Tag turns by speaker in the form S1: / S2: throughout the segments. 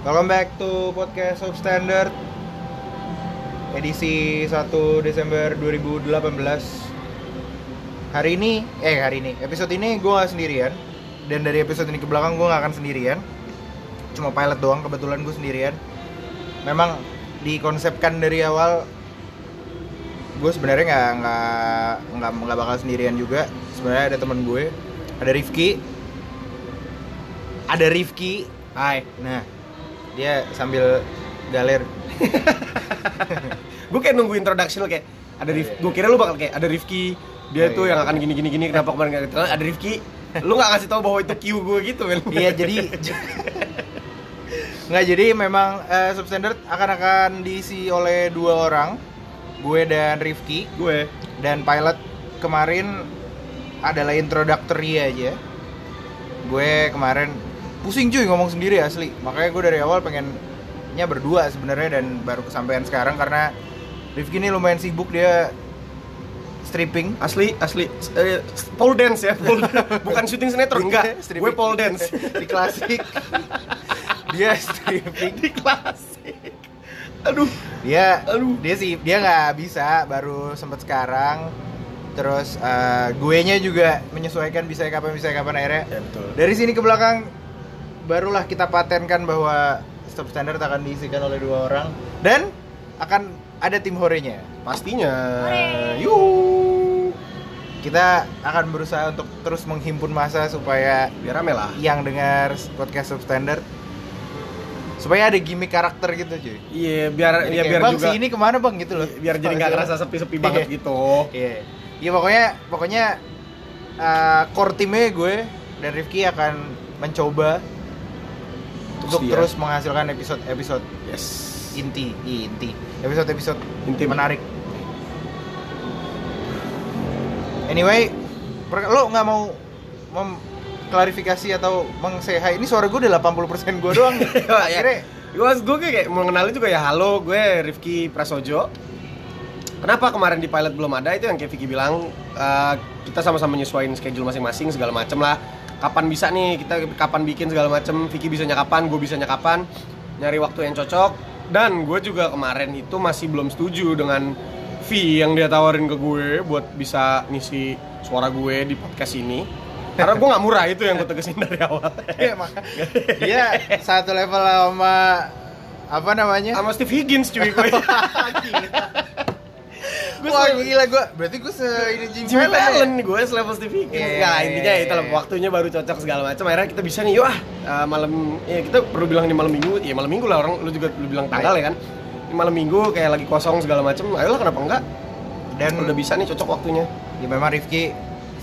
S1: Welcome back to podcast Substandard Edisi 1 Desember 2018 Hari ini, eh hari ini, episode ini gue gak sendirian Dan dari episode ini ke belakang gue gak akan sendirian Cuma pilot doang, kebetulan gue sendirian Memang dikonsepkan dari awal Gue sebenarnya nggak nggak nggak nggak bakal sendirian juga sebenarnya ada teman gue Ada Rifki Ada Rifki Hai, nah dia sambil galer
S2: gue kayak nunggu introduction lo kayak ada Rif gue kira lu bakal kayak ada Rifki
S1: Oh,
S2: dia tuh
S1: iya.
S2: yang akan gini gini gini kenapa kemarin nggak ternyata ada Rifki lu nggak kasih tahu bahwa itu cue gue gitu men
S1: iya jadi nggak jadi memang eh, substandard akan akan diisi oleh dua orang gue dan Rifki
S2: gue
S1: dan pilot kemarin adalah introductory aja gue kemarin pusing cuy ngomong sendiri asli makanya gue dari awal pengennya berdua sebenarnya dan baru kesampaian sekarang karena Rifki ini lumayan sibuk dia stripping
S2: asli asli s- eh, s- pole dance ya pole dance. bukan syuting
S1: Iya,
S2: sinetron enggak
S1: Stripping.
S2: gue pole dance
S1: di klasik dia stripping
S2: di klasik aduh
S1: dia
S2: Aduh.
S1: dia sih dia nggak bisa baru sempet sekarang terus gue nya juga menyesuaikan bisa kapan bisa kapan akhirnya
S2: ya, betul
S1: dari sini ke belakang barulah kita patenkan bahwa substandard akan diisikan oleh dua orang dan akan ada tim horenya
S2: pastinya yuk
S1: kita akan berusaha untuk terus menghimpun massa supaya
S2: biar rame lah
S1: yang dengar podcast substandard supaya ada gimmick karakter gitu cuy
S2: iya biar
S1: Jadi
S2: ya
S1: kayak,
S2: biar
S1: bang
S2: juga
S1: si ini kemana bang gitu loh
S2: biar jadi nggak kerasa sepi-sepi banget
S1: Iya.
S2: gitu
S1: Iya. Iya pokoknya pokoknya eh, core timnya gue dan Rifki akan mencoba untuk
S2: dia.
S1: terus menghasilkan episode-episode
S2: yes
S1: inti, Ih, inti. Episode-episode
S2: Inti.
S1: menarik. Anyway, per- lo nggak mau mem- klarifikasi atau mengseha ini suara gue udah 80% gue doang nih.
S2: Oh, iya.
S1: Akhirnya
S2: gue gue kayak mau kenalin juga ya halo gue Rifki Prasojo kenapa kemarin di pilot belum ada itu yang kayak Vicky bilang eh, kita sama-sama nyesuaiin schedule masing-masing segala macem lah kapan bisa nih kita kapan bikin segala macem Vicky bisanya kapan gue bisanya kapan nyari waktu yang cocok dan gue juga kemarin itu masih belum setuju dengan fee yang dia tawarin ke gue buat bisa ngisi suara gue di podcast ini karena gue nggak murah itu yang gue tegesin dari awal
S1: dia, mah- dia Iya, satu level sama apa namanya?
S2: sama Steve Higgins cuy gue Gua
S1: Wah
S2: selalu-
S1: gila gue, berarti gue se ini Jimmy,
S2: Jimmy
S1: Fallon ya?
S2: Fallon gue selevel Steve Higgins
S1: Iya,
S2: Nah,
S1: iya,
S2: intinya
S1: iya,
S2: itu lah
S1: iya.
S2: waktunya baru cocok segala macam akhirnya kita bisa nih yuk ah eh, malam ya kita perlu bilang di malam minggu ya malam minggu lah orang lu juga lu bilang tanggal ya kan Ini malam minggu kayak lagi kosong segala macam ayolah kenapa enggak
S1: Dan
S2: udah bisa nih cocok waktunya
S1: ya memang Rifki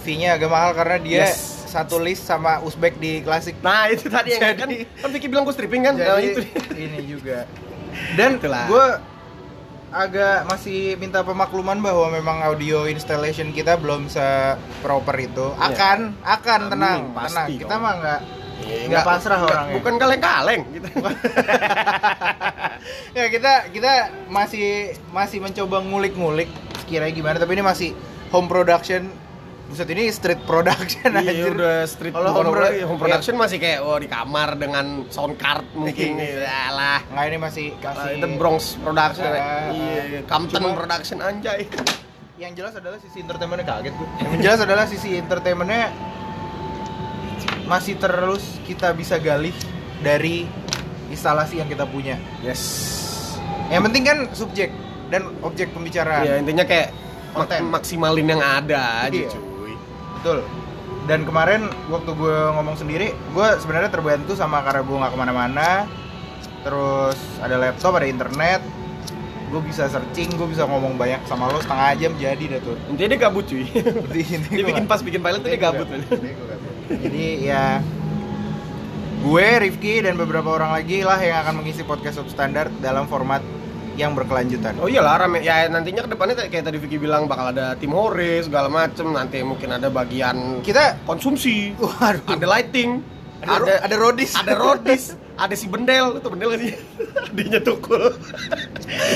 S1: fee-nya agak mahal karena dia
S2: Yes.
S1: satu list sama Uzbek di klasik.
S2: nah itu tadi yang
S1: Jadi-
S2: kan kan Vicky bilang gue stripping kan nah,
S1: Jadi
S2: itu Nah. dia.
S1: ini juga. Dan
S2: Itulah.
S1: gue agak masih minta pemakluman bahwa memang audio installation kita belum se proper itu.
S2: Iya.
S1: Akan akan
S2: Amin,
S1: tenang,
S2: pasti
S1: tenang. Kita
S2: dong.
S1: mah nggak
S2: Iya,
S1: nggak pasrah
S2: bukan-
S1: orangnya.
S2: bukan kaleng-kaleng gitu
S1: ya kita kita masih masih mencoba ngulik-ngulik sekiranya gimana tapi ini masih home production buset ini street production
S2: Iya
S1: anjir.
S2: udah street
S1: Kalau
S2: bukan
S1: home
S2: home,
S1: produ-
S2: home production masih kayak oh di kamar dengan sound card mungkin ya lah
S1: nggak ini masih
S2: Nah,
S1: masih
S2: itu Bronx Production,
S1: Ah,
S2: iya, iya. Compton Production anjay.
S1: yang jelas adalah sisi entertainmentnya kaget gue yang jelas adalah sisi entertainmentnya masih terus kita bisa galih dari instalasi yang kita punya
S2: Yes.
S1: yang penting kan subjek dan objek pembicaraan
S2: Iya intinya kayak mak-
S1: Konten.
S2: maksimalin yang ada aja
S1: Iya.
S2: cuy.
S1: Betul. Dan kemarin waktu gue ngomong sendiri, gue sebenarnya terbantu sama karena gue nggak kemana-mana. Terus ada laptop, ada internet. Gue bisa searching, gue bisa ngomong banyak sama lo setengah jam jadi dah tuh.
S2: Intinya dia gabut cuy.
S1: Jadi ini
S2: dia
S1: gua-
S2: bikin pas bikin pilot tuh dia gabut. men.
S1: Ini gua gabut. Jadi ya gue, Rifki dan beberapa orang lagi lah yang akan mengisi podcast substandard dalam format yang berkelanjutan.
S2: Oh iyalah rame ya nantinya kedepannya kayak- kayak tadi Vicky bilang bakal ada tim hore segala macem nanti mungkin ada bagian
S1: Kita
S2: konsumsi
S1: waduh
S2: Uh. ada lighting
S1: ada ada, rodis.
S2: ada rodis ada si Bendel itu Bendel gak sih adiknya tukul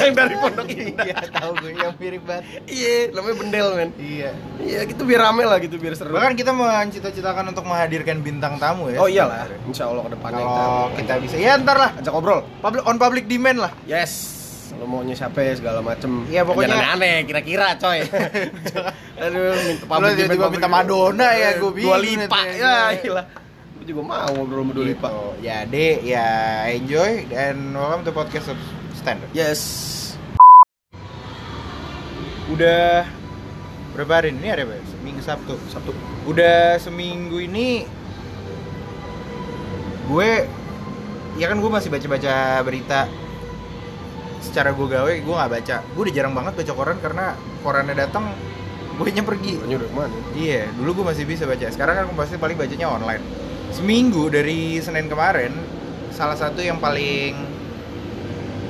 S2: yang dari pondok ini
S1: Iya, tahu gue yang mirip banget.
S2: iya namanya Bendel men
S1: Iya.
S2: iya gitu biar rame lah gitu biar seru
S1: Bahkan kan kita mencita-citakan untuk menghadirkan bintang tamu ya.
S2: oh iyalah
S1: sebenarnya.
S2: insya Allah kedepannya
S1: Kalau kita bisa, ya ntar lah.
S2: ajak ngobrol
S1: Public on public demand lah.
S2: yes lo maunya siapa ya, segala macem
S1: Iya, pokoknya-
S2: Jangan aneh kira-kira coy aduh minta
S1: Lo tiba-tiba minta Madonna ya, gue
S2: Eh, dua
S1: bingung
S2: lipa
S1: nanti.
S2: ya gila gue juga mau ngobrol sama dua lipa
S1: Gitu. Ya, deh, ya enjoy and welcome to podcast standard.
S2: yes udah
S1: Berapa hari ini? ini ada apa? ya? Minggu Sabtu.
S2: Sabtu
S1: Udah seminggu ini gue ya kan gue masih baca-baca berita secara gue gawe gue nggak baca gue udah jarang banget baca koran karena korannya datang gue nya pergi
S2: Pokoknya udah kemana
S1: Iya, dulu gue masih bisa baca. Sekarang kan pasti paling bacanya online. Seminggu dari Senin kemarin, salah satu yang paling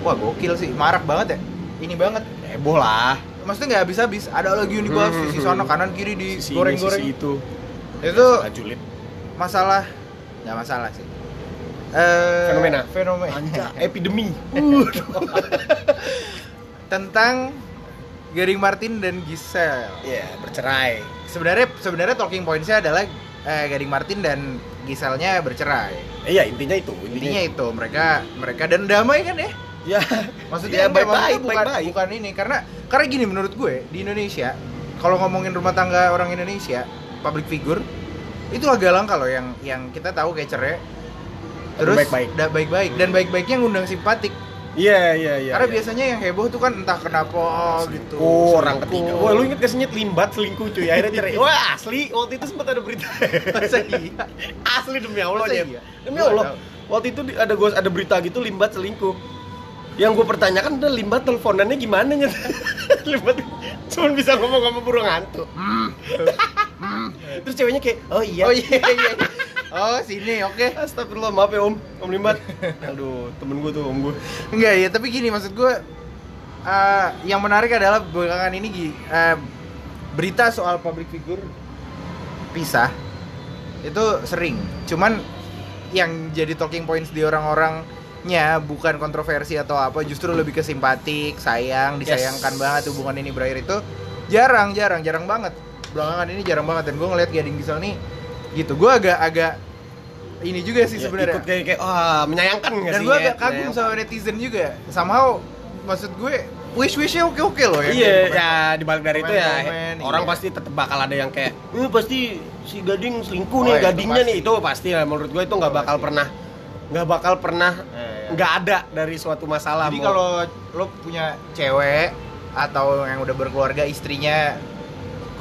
S1: wah gokil sih, marak banget ya. Ini banget.
S2: heboh lah
S1: Maksudnya nggak habis-habis. Ada lagi unicorn
S2: Hmm.
S1: sisi sono kanan kiri di
S2: sisi goreng-goreng
S1: goreng-goreng.
S2: itu
S1: Itu
S2: Salah julid
S1: masalah nggak masalah sih. Eh,
S2: Fenomena.
S1: fenomena
S2: epidemi
S1: tentang Gary Martin dan Giselle.
S2: ya bercerai
S1: Sebenarnya sebenarnya talking pointsnya adalah eh, Gading Martin dan Giselle-nya bercerai.
S2: Eh, iya intinya itu
S1: intinya itu mereka mereka dan damai kan ya
S2: ya
S1: maksudnya
S2: baik
S1: maksudnya
S2: baik
S1: bukan
S2: baik baik
S1: bukan ini karena karena gini menurut gue di Indonesia kalau ngomongin rumah tangga orang Indonesia public figure itu agak langka loh yang yang kita tahu kayak cerai terus
S2: baik-baik.
S1: da- baik-baik dan baik-baiknya ngundang simpatik
S2: iya iya iya
S1: karena
S2: iya.
S1: biasanya yang heboh tuh kan entah kenapa gitu
S2: Oh, orang ketiga.
S1: Selingkuh.
S2: Wah, lu inget gak sih Nyet? limbat selingkuh cuy? Akhirnya cerai. Wah, asli waktu itu sempat ada berita.
S1: Masa iya?
S2: asli demi Allah,
S1: Masa
S2: Nyet.
S1: iya?
S2: Demi
S1: Gua
S2: Allah.
S1: tahu.
S2: Waktu itu di- ada gua ada berita gitu limbat selingkuh. Yang gue pertanyakan adalah limbat teleponannya gimana Nyet? limbat cuman bisa ngomong sama burung hantu. Terus ceweknya kayak, "Oh Hmm. iya."
S1: Hmm. oh iya iya oh sini oke
S2: Astagfirullah, maaf ya Om. Om limbat. Aduh, temen gue tuh om gue.
S1: Enggak ya, tapi gini maksud gue eh, yang menarik adalah belakangan ini Gi, eh, berita soal public figure pisah itu sering. Cuman yang jadi talking points di orang-orangnya bukan kontroversi atau apa, justru lebih ke simpatik, sayang, disayangkan
S2: Yes.
S1: banget hubungan ini berakhir itu jarang, jarang, jarang banget. Belakangan ini jarang banget dan gue ngeliat Gading Gisel nih gitu. Gue agak-agak ini juga sih
S2: Ya,
S1: sebenarnya
S2: ikut kayak kayak wah, menyayangkan
S1: dan
S2: gak sih? ya,
S1: gue
S2: Nyet?
S1: agak kagum
S2: Menyayangkan.
S1: sama netizen juga somehow maksud gue wish wishnya oke oke loh ya
S2: Iya, ya dibalik dari itu ya
S1: Komen-komen,
S2: orang
S1: iya.
S2: pasti tetap bakal ada yang kayak, "Eh pasti si Gading selingkuh
S1: Oh,
S2: nih,
S1: iya, itu
S2: Gadingnya
S1: pasti.
S2: nih." Itu pasti lah menurut gue itu nggak
S1: Itu
S2: bakal
S1: pasti.
S2: pernah nggak bakal pernah
S1: Nggak.
S2: nggak ada dari suatu masalah.
S1: jadi
S2: mau-
S1: kalau lo punya cewek atau yang udah berkeluarga istrinya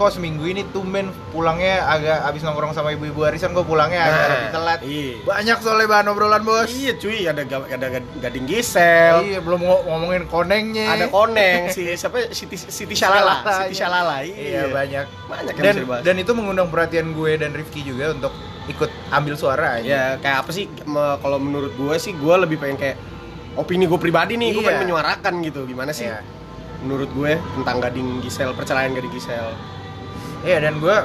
S1: kok seminggu ini tumben pulangnya agak abis nongkrong sama ibu-ibu arisan gue pulangnya agak
S2: Nah,
S1: lebih telat
S2: Iya.
S1: banyak soalnya bahan obrolan bos
S2: Iya, cuy, ada ga- ada ga- Gading Gisel.
S1: Iya, belum ngo- ngomongin konengnya
S2: Ada Koneng si siapa Siti Siti Shalala,
S1: Iya. Shalala,
S2: Siti
S1: iya.
S2: Shalala.
S1: iya banyak
S2: Banyak yang
S1: dan
S2: bisa dibahas.
S1: dan itu mengundang perhatian gue dan Rifki juga untuk ikut ambil suara aja
S2: Ya kayak apa sih me- kalau menurut gue sih gue lebih pengen kayak opini gue pribadi nih gue
S1: Iya.
S2: pengen menyuarakan gitu gimana sih
S1: Iya.
S2: menurut gue tentang gading Gisel perceraian gading Gisel
S1: Iya dan gue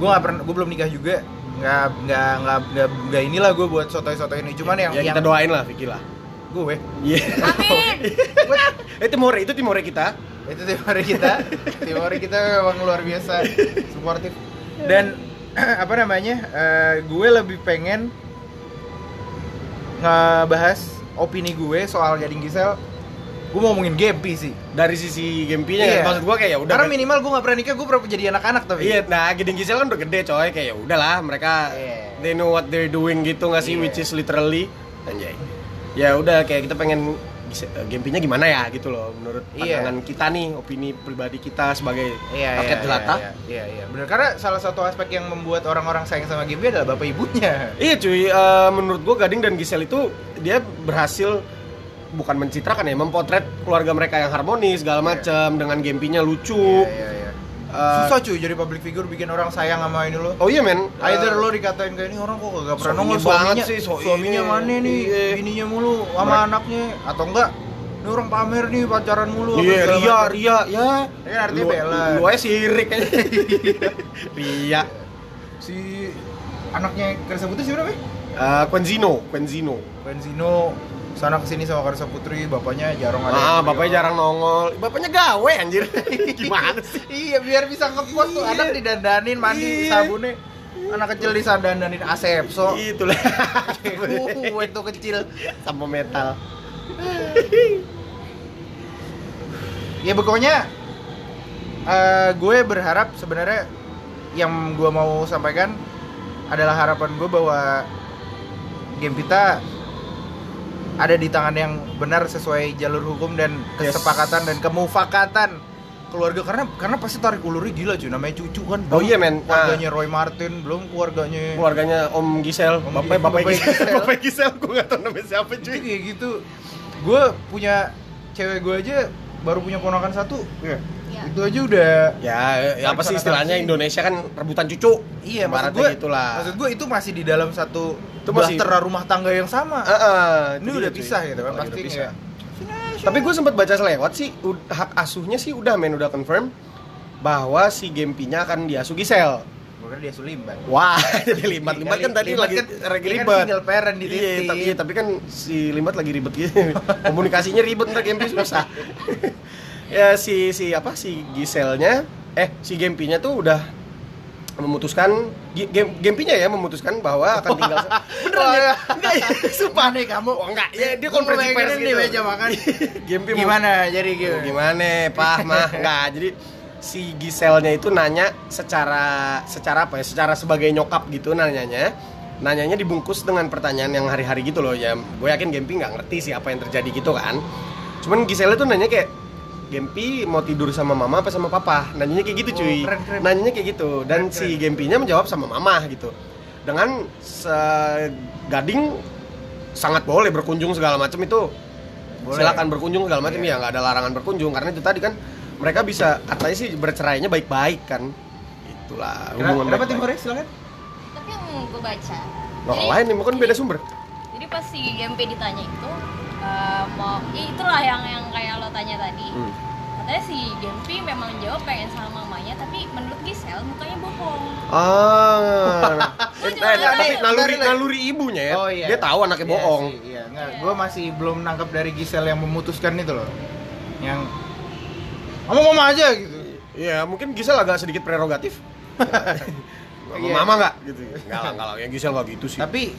S1: gue nggak pernah gue belum nikah juga nggak nggak nggak nggak nggak inilah gue buat sotoy sotoy ini cuman yang
S2: ya
S1: yang
S2: kita doain lah Vicky lah
S1: gue
S2: iya
S3: Amin.
S2: eh Timore itu Timore kita
S1: itu tim hari kita tim hari kita memang luar biasa suportif dan apa namanya eh, gue lebih pengen ngebahas opini gue soal Gading Gisel gue mau ngomongin Gempi sih
S2: dari sisi gampinya
S1: Iya.
S2: ya maksud gue kayak ya udah
S1: karena minimal gue nggak pernah nikah gue pernah jadi anak-anak tapi
S2: iya nah gading Gisel kan udah gede coy kayak ya udahlah mereka
S1: Iya.
S2: they know what they're doing gitu nggak sih
S1: Iya.
S2: which is literally anjay ya udah kayak kita pengen Gise- eh, gampinya gimana ya gitu loh menurut
S1: Iya.
S2: pandangan kita nih opini pribadi kita sebagai
S1: Iya,
S2: rakyat
S1: iya,
S2: jelata
S1: Iya, iya, iya. Bener karena salah satu aspek yang membuat orang-orang sayang sama Gibi adalah bapak ibunya.
S2: Iya cuy, eh, menurut gua Gading dan Gisel itu dia berhasil bukan mencitrakan ya, mempotret keluarga mereka yang harmonis segala macam dengan gampinya lucu.
S1: Iya, iya, iya.
S2: Eh,
S1: Susah cuy jadi public figure bikin orang sayang sama ini lo.
S2: Oh iya men,
S1: Either
S2: Eh,
S1: lo dikatain kayak ini orang kok gak pernah
S2: Suaminya
S1: nongol
S2: banget
S1: suaminya,
S2: sih, so ini.
S1: suaminya mana nih,
S2: Iya.
S1: bininya mulu sama
S2: Mereka-
S1: anaknya atau enggak? Ini orang pamer nih pacaran mulu. apa
S2: Iya,
S1: segala
S2: Ria,
S1: macam.
S2: Ria, ya.
S1: Ini Iya, artinya
S2: Lu-
S1: balance.
S2: Lu aja Iya. sirik aja. Ria.
S1: Si anaknya Krisa Putih siapa namanya?
S2: Eh, Quenzino, Quenzino.
S1: Benzino sana kesini sama Karsa Putri, bapaknya jarang ada.
S2: Ah,
S1: yang keluar.
S2: bapaknya jarang nongol. Bapaknya gawe anjir. Gimana sih?
S1: Iya, biar bisa ngepost tuh
S2: Iya.
S1: anak didandanin mandi
S2: Iya.
S1: sabunnya. Anak kecil disandanin asepso.
S2: Itulah.
S1: Uh, itu kecil.
S2: Sama metal.
S1: Ya pokoknya eh, gue berharap sebenarnya yang gue mau sampaikan adalah harapan gue bahwa game kita ada di tangan yang benar sesuai jalur hukum dan
S2: Yes.
S1: kesepakatan dan kemufakatan keluarga karena karena pasti tarik ulurnya gila cuy namanya cucu kan
S2: Oh
S1: belum
S2: iya, men.
S1: keluarganya Roy Martin belum keluarganya
S2: Keluarganya Om Gisel,
S1: Om
S2: bapaknya
S1: Gisel,
S2: bapaknya
S1: bapaknya
S2: Gisel,
S1: Gisel.
S2: bapaknya Gisel, gue gak tau namanya siapa
S1: Jadi
S2: cuy.
S1: kayak gitu gue punya cewek gue aja baru punya ponakan satu ya
S3: Iya.
S1: itu aja udah
S2: Ya, ya apa sih istilahnya Indonesia kan rebutan cucu.
S1: Iya, maksud
S2: Ibaratnya
S1: gue
S2: gitulah.
S1: Maksud gue itu masih di dalam satu
S2: Itu masih-
S1: bahtera rumah tangga yang sama.
S2: Heeh, itu
S1: ini
S2: dia,
S1: udah
S2: cuy.
S1: pisah gitu kan
S2: Oh,
S1: pasti
S2: udah pisah.
S1: kayak,
S2: Tapi gue sempat baca selewat sih ud- hak asuhnya sih udah men udah confirm bahwa si Gempinya akan diasuh Gisel.
S1: Gue kira dia sulimban.
S2: Wah, jadi limat-limat kan tadi
S1: Limat
S2: lagi
S1: kan- dia
S2: lagi
S1: kan
S2: ribet.
S1: single parent di
S2: Iya,
S1: titik.
S2: tapi, iya, tapi kan si limat lagi ribet gitu. Komunikasinya ribet ntar Gempi susah. ya si si apa si Giselnya eh si Gempinya tuh udah memutuskan Gi- Gem- Gempinya ya memutuskan bahwa akan tinggal beneran
S1: Oh,
S2: ya?
S1: iya.
S2: Enggak ya? Sumpah
S1: nih kamu.
S2: Oh, enggak, ya dia
S1: Lu
S2: konferensi pers
S1: bayangin
S2: gitu.
S1: di meja makan.
S2: Gempi mau-
S1: Gimana jadi gitu.
S2: Aduh, gimana pah mah nggak jadi si Giselnya itu nanya secara secara apa ya secara sebagai nyokap gitu nanyanya nanyanya dibungkus dengan pertanyaan yang hari-hari gitu loh ya gue yakin Gempi nggak ngerti sih apa yang terjadi gitu kan cuman Giselnya tuh nanya kayak Gempi mau tidur sama mama apa sama papa nanyanya kayak gitu
S1: Oh,
S2: cuy
S1: keren, keren.
S2: nanyanya kayak gitu dan
S1: Keren,
S2: si
S1: keren.
S2: Gempinya menjawab sama mama gitu dengan segading sangat boleh berkunjung segala macam itu
S1: Boleh.
S2: silakan berkunjung segala macam
S1: Iya.
S2: ya nggak ada larangan berkunjung karena itu tadi kan mereka bisa katanya sih bercerainya baik-baik kan itulah
S1: Kira-
S2: hubungan
S1: Kenapa
S2: baik-baik.
S1: tim Korea silakan?
S3: Tapi yang gue baca.
S2: Nah,
S3: Jadi-
S2: lain nih bukan beda sumber
S3: Jadi pas si GMP ditanya itu eh, mau ya itulah yang yang kayak lo tanya tadi.
S2: Hmm.
S3: Katanya si GMP memang jawab pengen sama mamanya tapi menurut Gisel mukanya bohong.
S2: ah nah. eh,
S3: Cuma-
S2: nah, tapi
S1: Bentar,
S2: naluri
S1: bentar.
S2: naluri ibunya ya dia tahu
S1: Oh,
S2: anaknya
S1: Iya
S2: bohong
S1: sih, Iya, enggak. Gue masih belum nangkap dari Gisel yang memutuskan itu loh. Yang ngomong mama aja gitu.
S2: ya mungkin Gisel agak sedikit prerogatif Sama
S1: Iya.
S2: mama nggak gitu nggak lah nggak lah ya Gisel nggak gitu sih
S1: Tapi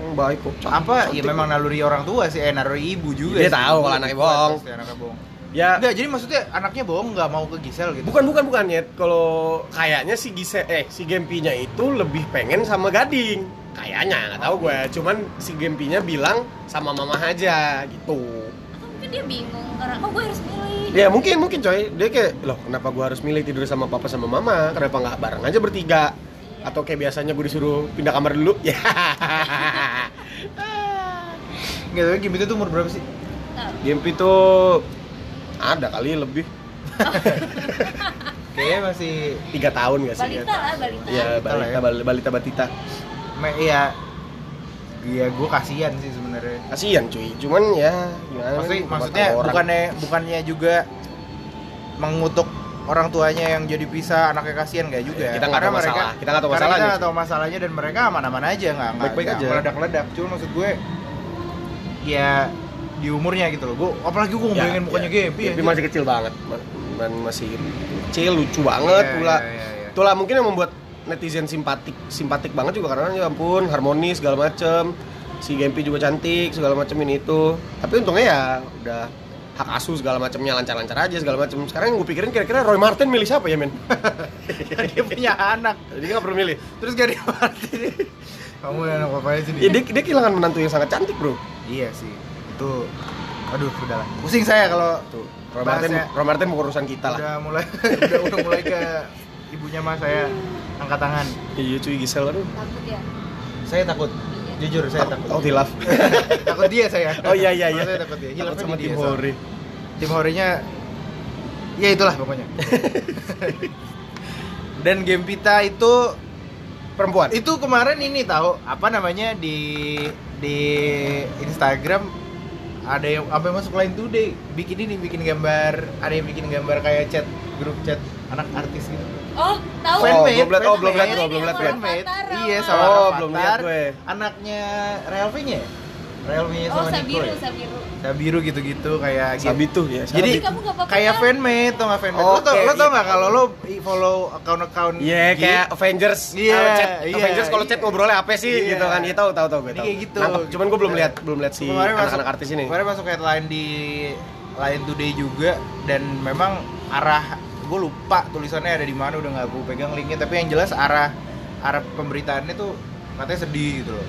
S2: Hmm, baik kok Cantik,
S1: apa ya
S2: cantik.
S1: memang naluri orang tua sih, eh naluri ibu juga. sih.
S2: Dia tahu kalau
S1: Ibu
S2: anaknya
S1: kuat
S2: bohong.
S1: pasti Anaknya bohong.
S2: ya
S1: Enggak, jadi maksudnya anaknya bohong nggak mau ke Gisel gitu.
S2: Bukan bukan bukan Nyet. Kalau kayaknya si Gise eh si Gempinya itu lebih pengen sama Gading. Kayaknya nggak tahu gue. Cuman si Gempinya bilang sama mama aja gitu.
S3: Atau mungkin dia bingung karena kok gue harus milih.
S2: Ya mungkin mungkin coy. Dia kayak loh kenapa gue harus milih tidur sama papa sama mama? Kenapa nggak bareng aja bertiga? Atau kayak biasanya gue disuruh pindah kamar dulu? Ya.
S1: Enggak, tapi Gimita tuh umur berapa sih?
S3: Nah,
S2: Gempi tuh ada kali lebih
S1: Kayaknya masih
S2: tiga tahun gak sih?
S3: balita lah balita.
S2: Ya,
S1: Balita lah
S2: balita,
S1: ya.
S2: bal- balita, batita.
S1: me, iya. Iya, gue kasihan sih sebenarnya.
S2: kasihan cuy cuman ya gimana
S1: Maksudnya,
S2: rumah
S1: maksudnya
S2: tangga orang.
S1: bukannya bukannya juga mengutuk orang tuanya yang jadi pisah anaknya kasihan nggak juga
S2: Kita nggak
S1: Karena
S2: tahu masalah. Kita nggak tahu
S1: karena
S2: masalahnya
S1: kita nggak
S2: sih.
S1: tahu masalahnya dan mereka aman-aman aja nggak nggak-
S2: Baik-baik
S1: nggak
S2: aja.
S1: meledak-ledak cuma maksud gue ya di umurnya gitu loh gue apalagi gue
S2: Ya,
S1: ngomongin mukanya
S2: ya.
S1: Gaby
S2: Gempi
S1: anjing.
S2: masih kecil banget Ma- ma- masih kecil lucu banget
S1: Iya,
S2: pula
S1: iya, iya, iya.
S2: itulah mungkin yang membuat netizen simpatik simpatik banget juga karena ya ampun harmonis segala macem si Gempi juga cantik segala macem ini itu tapi untungnya ya udah hak asuh segala macemnya lancar-lancar aja segala macem sekarang yang gue pikirin kira-kira Roy Martin milih siapa ya men
S1: dia punya anak
S2: jadi nggak perlu milih
S1: terus gak dimatiin kamu yang anak papanya sih
S2: ya, dia, dia kehilangan menantu yang sangat cantik bro
S1: iya sih itu aduh udahlah pusing saya kalau
S2: tuh Roy Martin,
S1: Bahasnya-
S2: Roy Martin bukan urusan kita lah
S1: udah mulai udah, udah mulai ke ibunya mas saya angkat tangan
S2: iya cuy Gisel aduh
S3: Takut ya.
S1: saya takut jujur saya takut
S2: Oh, hilaf.
S1: takut dia saya
S2: Oh iya iya iya.
S1: Maksudnya takut dia hilangnya
S2: Takut sama
S1: di
S2: tim
S1: dia,
S2: Hori.
S1: soalnya. tim horinya ya itulah pokoknya dan game pita itu
S2: Perempuan.
S1: itu kemarin ini tahu apa namanya di di Instagram ada yang apa yang masuk lain today bikin ini bikin gambar ada yang bikin gambar kayak chat grup chat anak artis gitu
S3: Oh, tahu.
S2: Fan-
S1: Fanmade,
S2: Oh, belum liat- oh, belum
S1: fanmade.
S2: liat gua, belum liat gua.
S1: Fanmade.
S3: Avatar.
S1: Iya, sama
S2: Oh,
S1: Avatar.
S2: belum liat gue.
S1: Anaknya Relvinya ya? Relvinya
S3: Oh,
S1: sama Nico
S3: Sabiru,
S1: ya?
S3: Sabiru.
S1: Sabiru gitu-gitu kayak
S2: Sabi tuh ya. Sabi.
S1: Jadi
S3: Tapi kamu nggak kan? pakai
S1: kayak
S3: L.
S1: fanmade tau gak fanmade? lo tau
S2: Oke,
S1: lo tau
S2: iya.
S1: gak kalau lo i- follow account-account
S2: Iya
S1: geek,
S2: kayak Avengers
S1: Iya,
S2: kalau chat
S1: iya,
S2: Avengers kalau chat
S1: iya.
S2: ngobrolnya apa sih
S1: Iya.
S2: gitu kan. Iya tahu tahu tahu gue
S1: Jadi
S2: tahu.
S1: kayak gitu.
S2: Nampak. Cuman gue belum lihat belum lihat si
S1: Kemarin masuk-
S2: anak-anak artis ini.
S1: Kemarin masuk headline di Line Today juga dan memang arah gue lupa tulisannya ada di mana udah nggak gue pegang linknya tapi yang jelas arah arah pemberitaannya tuh katanya sedih gitu loh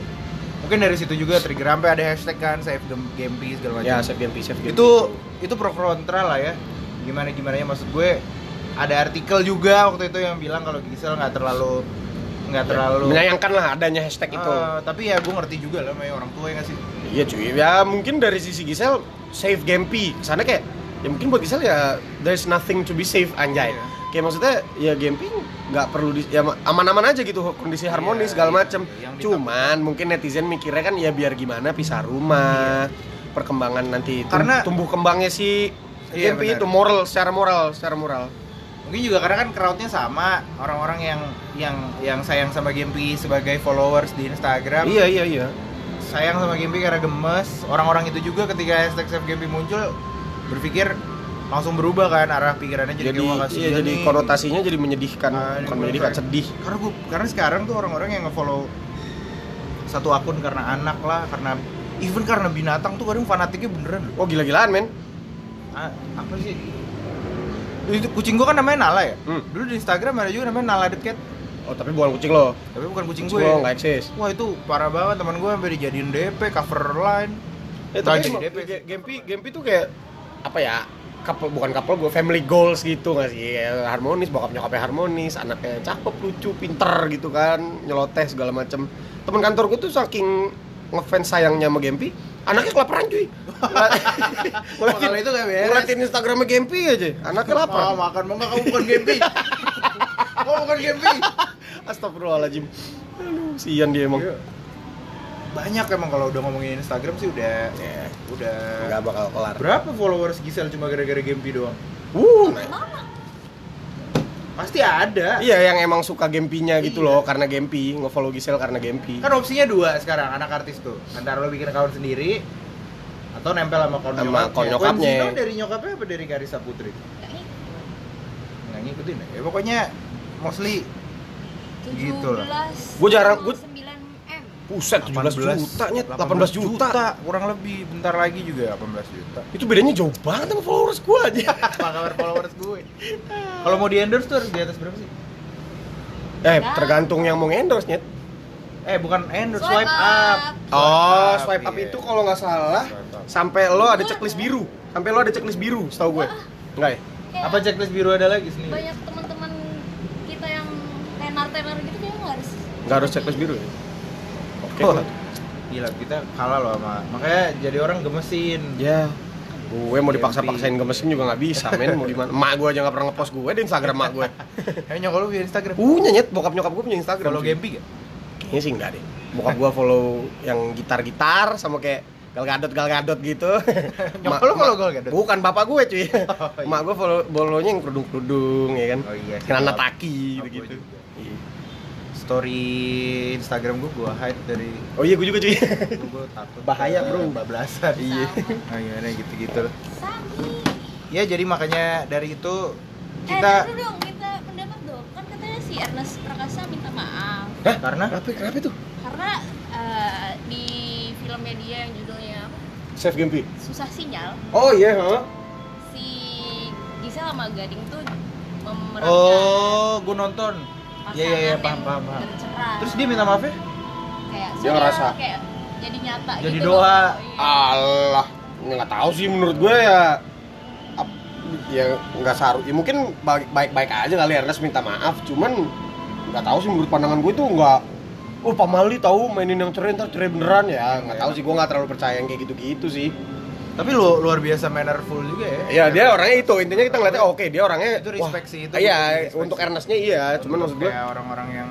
S1: mungkin dari situ juga trigger sampai ada hashtag kan save the game P segala macam
S2: Ya, Chef Gempi, Chef Gempi.
S1: itu itu pro kontra lah ya gimana gimana ya maksud gue ada artikel juga waktu itu yang bilang kalau Gisel nggak terlalu
S2: Ya,
S1: nggak terlalu
S2: menyayangkan lah adanya hashtag itu.
S1: Eh, tapi ya gue ngerti juga lah namanya orang tua ya nggak sih
S2: Iya cuy, ya mungkin dari sisi Gisel save Gempi Kesana kayak, ya mungkin buat Gisel ya there's nothing to be safe anjay
S1: Iya.
S2: Kayak maksudnya ya Gempi nggak perlu di, ya aman-aman aja gitu kondisi
S1: Iya,
S2: harmonis segala
S1: iya,
S2: macem
S1: iya, yang ditangkap.
S2: Cuman mungkin netizen mikirnya kan ya biar gimana pisah rumah Perkembangan nanti
S1: Iya.
S2: tum-
S1: Karena-
S2: tumbuh kembangnya si
S1: Iya,
S2: Gempi
S1: benar.
S2: itu moral, secara moral, secara moral
S1: mungkin juga karena kan crowdnya sama orang-orang yang yang yang sayang sama Gempi sebagai followers di Instagram
S2: Iya iya iya
S1: sayang sama Gempi karena gemes orang-orang itu juga ketika hashtag save Gempi muncul berpikir langsung berubah kan arah pikirannya jadi,
S2: Jadi,
S1: kayak, "Wah, kasihan
S2: iya, jadi
S1: nih."
S2: konotasinya jadi menyedihkan,
S1: Ah, ini
S2: bukan
S1: gue
S2: menyedihkan,
S1: kayak-
S2: sedih
S1: karena gua- karena sekarang tuh orang-orang yang ngefollow satu akun karena anak lah karena even karena binatang tuh kadang fanatiknya beneran
S2: Oh gila-gilaan men
S1: Ah, apa sih itu kucing gua kan namanya Nala ya
S2: Hmm.
S1: dulu di Instagram ada juga namanya Nala the Cat
S2: Oh tapi bukan kucing lo,
S1: tapi bukan kucing, ya.
S2: kucing
S1: gue
S2: lo nggak eksis
S1: wah itu parah banget teman gue sampai dijadiin DP cover line
S2: Ya,
S1: Nah,
S2: tapi
S1: jadi
S2: emang
S1: DP.
S2: Ge- Gempi, Gempi tuh kayak apa ya? Couple, bukan couple gue family goals gitu nggak sih Kayak harmonis bokap nyokapnya harmonis anaknya cakep lucu pinter gitu kan nyeloteh segala macem temen kantor gue tuh saking ngefans sayangnya sama Gempi anaknya kelaparan cuy ngeliatin,
S1: Kalau itu nggak beres.
S2: ngeliatin Instagramnya Gempi aja anaknya lapar
S1: Ah, makan mah kamu bukan Gempi kamu bukan Gempi
S2: astagfirullahaladzim aduh sian dia emang
S1: Iya. banyak emang kalau udah ngomongin Instagram sih udah
S2: ya,
S1: udah
S2: nggak bakal kelar
S1: berapa followers Gisel cuma gara-gara Gempi doang
S2: Wuh,
S1: pasti ada
S2: iya yang emang suka Gempinya gitu
S1: Iya.
S2: loh karena Gempi ngefollow Gisel karena Gempi
S1: kan opsinya dua sekarang anak artis tuh antara lo bikin account sendiri atau nempel sama account
S2: Sama
S1: nyokapnya.
S2: account nyokapnya.
S1: Queen Zino dari nyokapnya apa dari Karissa Putri nggak ngikutin ya Ya, pokoknya mostly Gitu lah.
S2: Gua jarang- gua-
S3: 9 M.
S2: Buset, 17 juta nyet, 18 juta.
S1: kurang lebih bentar lagi juga 18 juta
S2: Itu bedanya jauh banget sama followers gua aja.
S1: apa kabar followers gue kalau mau di endorse tuh harus di atas berapa sih
S2: eh, tergantung yang mau endorse nyet.
S1: eh bukan endorse
S3: Swipe
S1: swipe, up
S3: up.
S2: Oh, swipe up
S1: iya.
S2: itu kalau nggak salah
S1: Swipe up.
S2: sampai lo ada checklist biru. Sampai lo ada checklist biru, setahu gue. Enggak ya?
S3: Kayak
S1: apa checklist biru ada lagi sini
S3: Banyak teman-teman kita yang tenar-tenar gitu kayak nggak harus.
S2: Enggak harus checklist biru ya? Oke.
S1: Oh.
S2: lah.
S1: gila kita kalah loh sama makanya jadi orang gemesin
S2: Ya. Gue mau dipaksa-paksain gemesin juga nggak bisa, men. Mau gimana? Mak gue aja nggak pernah ngepost gue di Instagram mak gue.
S1: eh nyokap lu punya Instagram
S2: Punya nyet, bokap nyokap gue punya Instagram.
S1: kalau
S2: cuy.
S1: Gempi gak?
S2: Kayaknya sih enggak deh. Bokap gua follow yang gitar-gitar sama kayak Gal Gadot Gal Gadot gitu.
S1: Nyokap
S2: Ma-
S1: lu follow
S2: ma-
S1: Gal Gadot?
S2: Bukan bapak gue cuy.
S1: iya.
S2: Mak gue follow bolonya yang kerudung-kerudung ya kan.
S1: Oh iya sih,
S2: Kenana
S1: bokap-
S2: taki
S1: bokap
S2: gitu.
S1: gua story Instagram gue gue hide dari
S2: Oh iya gue juga cuy.
S1: gue takut
S2: Bahaya, bro.
S1: bablasan iya gimana gitu-gitu lah
S3: Sami.
S1: ya jadi makanya dari itu
S3: Eh,
S1: kita
S3: dulu dong, minta pendapat dong. Kan katanya si Ernest Prakasa minta maaf
S1: karena
S2: Kenapa kenapa itu?
S3: karena eh, di filmnya dia yang judulnya apa?
S2: Chef Gempi.
S3: Susah Sinyal,
S2: Oh iya, heeh.
S3: si Gisel sama Gading tuh memerankan
S1: oh gue nonton
S3: pasangan
S1: ya ya ya
S3: yang
S1: paham paham paham
S3: bercerai.
S1: terus dia minta maaf ya
S3: kayak
S2: Dia
S3: sudah,
S2: ngerasa.
S3: kayak jadi nyata
S1: Jadi
S3: gitu
S1: doa. Ah.
S3: loh. Iya.
S2: Allah, ya nggak tahu sih menurut gue ya ap- ya nggak saru ya mungkin baik- baik-baik aja kali Ernest minta maaf cuman nggak tahu sih menurut pandangan gue itu nggak oh pamali tahu mainin yang cerai ntar cerai beneran ya nggak tahu sih gue nggak terlalu percaya yang kayak gitu-gitu sih
S1: tapi lu luar biasa mannerful juga ya
S2: ya dia orangnya itu intinya kita ngeliatnya "Oh, oke dia orangnya
S1: Itu respect sih, itu
S2: iya
S1: respect
S2: untuk
S1: sih.
S2: Ernestnya iya cuman maksud gue
S1: kayak orang-orang yang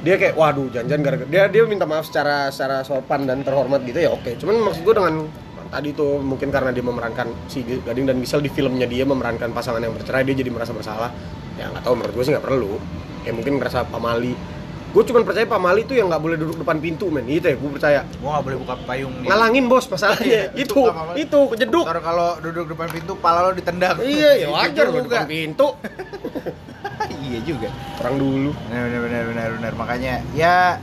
S2: dia kayak waduh janjian gara-gara dia dia minta maaf secara secara sopan dan terhormat gitu ya oke cuman maksud gue dengan tadi tuh mungkin karena dia memerankan si Gading dan Gisel di filmnya dia memerankan pasangan yang bercerai dia jadi merasa bersalah ya nggak tahu menurut gue sih nggak perlu ya mungkin ngerasa pamali gue cuman percaya pamali tuh yang nggak boleh duduk depan pintu men itu ya gue percaya
S1: gua nggak boleh buka payung nih
S2: ngalangin bos masalahnya
S1: Iya,
S2: itu
S1: suka pamali.
S2: itu kejeduk
S1: Ntar kalau duduk depan pintu pala lo ditendang
S2: iya ya
S1: Gitu
S2: wajar lo depan pintu Ah,
S1: iya juga
S2: orang dulu
S1: benar benar benar benar benar. makanya ya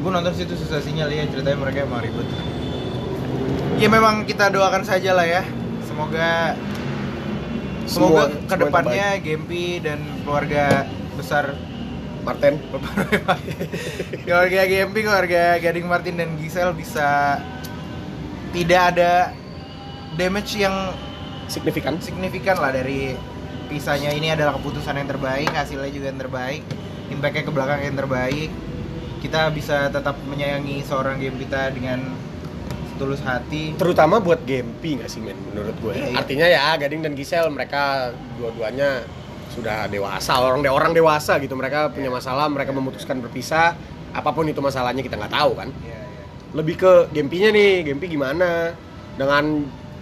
S1: gue nonton situ susah sinyal ya ceritanya mereka emang ribut ya memang kita doakan saja lah ya semoga semoga
S2: Semua-
S1: kedepannya Gempi dan keluarga besar
S2: semuanya terbaik. Martin
S1: keluarga Gempi keluarga Gading Martin dan Gisel bisa tidak ada damage yang
S2: signifikan
S1: signifikan lah dari pisahnya ini adalah keputusan yang terbaik hasilnya juga yang terbaik impactnya ke belakang yang terbaik kita bisa tetap menyayangi seorang game kita dengan setulus hati
S2: terutama buat Gempi nggak sih men menurut gue
S1: Iya, iya.
S2: artinya ya Gading dan Gisel mereka dua-duanya sudah dewasa orang orang dewasa gitu mereka punya
S1: Iya.
S2: masalah mereka memutuskan berpisah apapun itu masalahnya kita nggak tahu kan
S1: Iya, iya.
S2: lebih ke Gempinya nih Gempi gimana dengan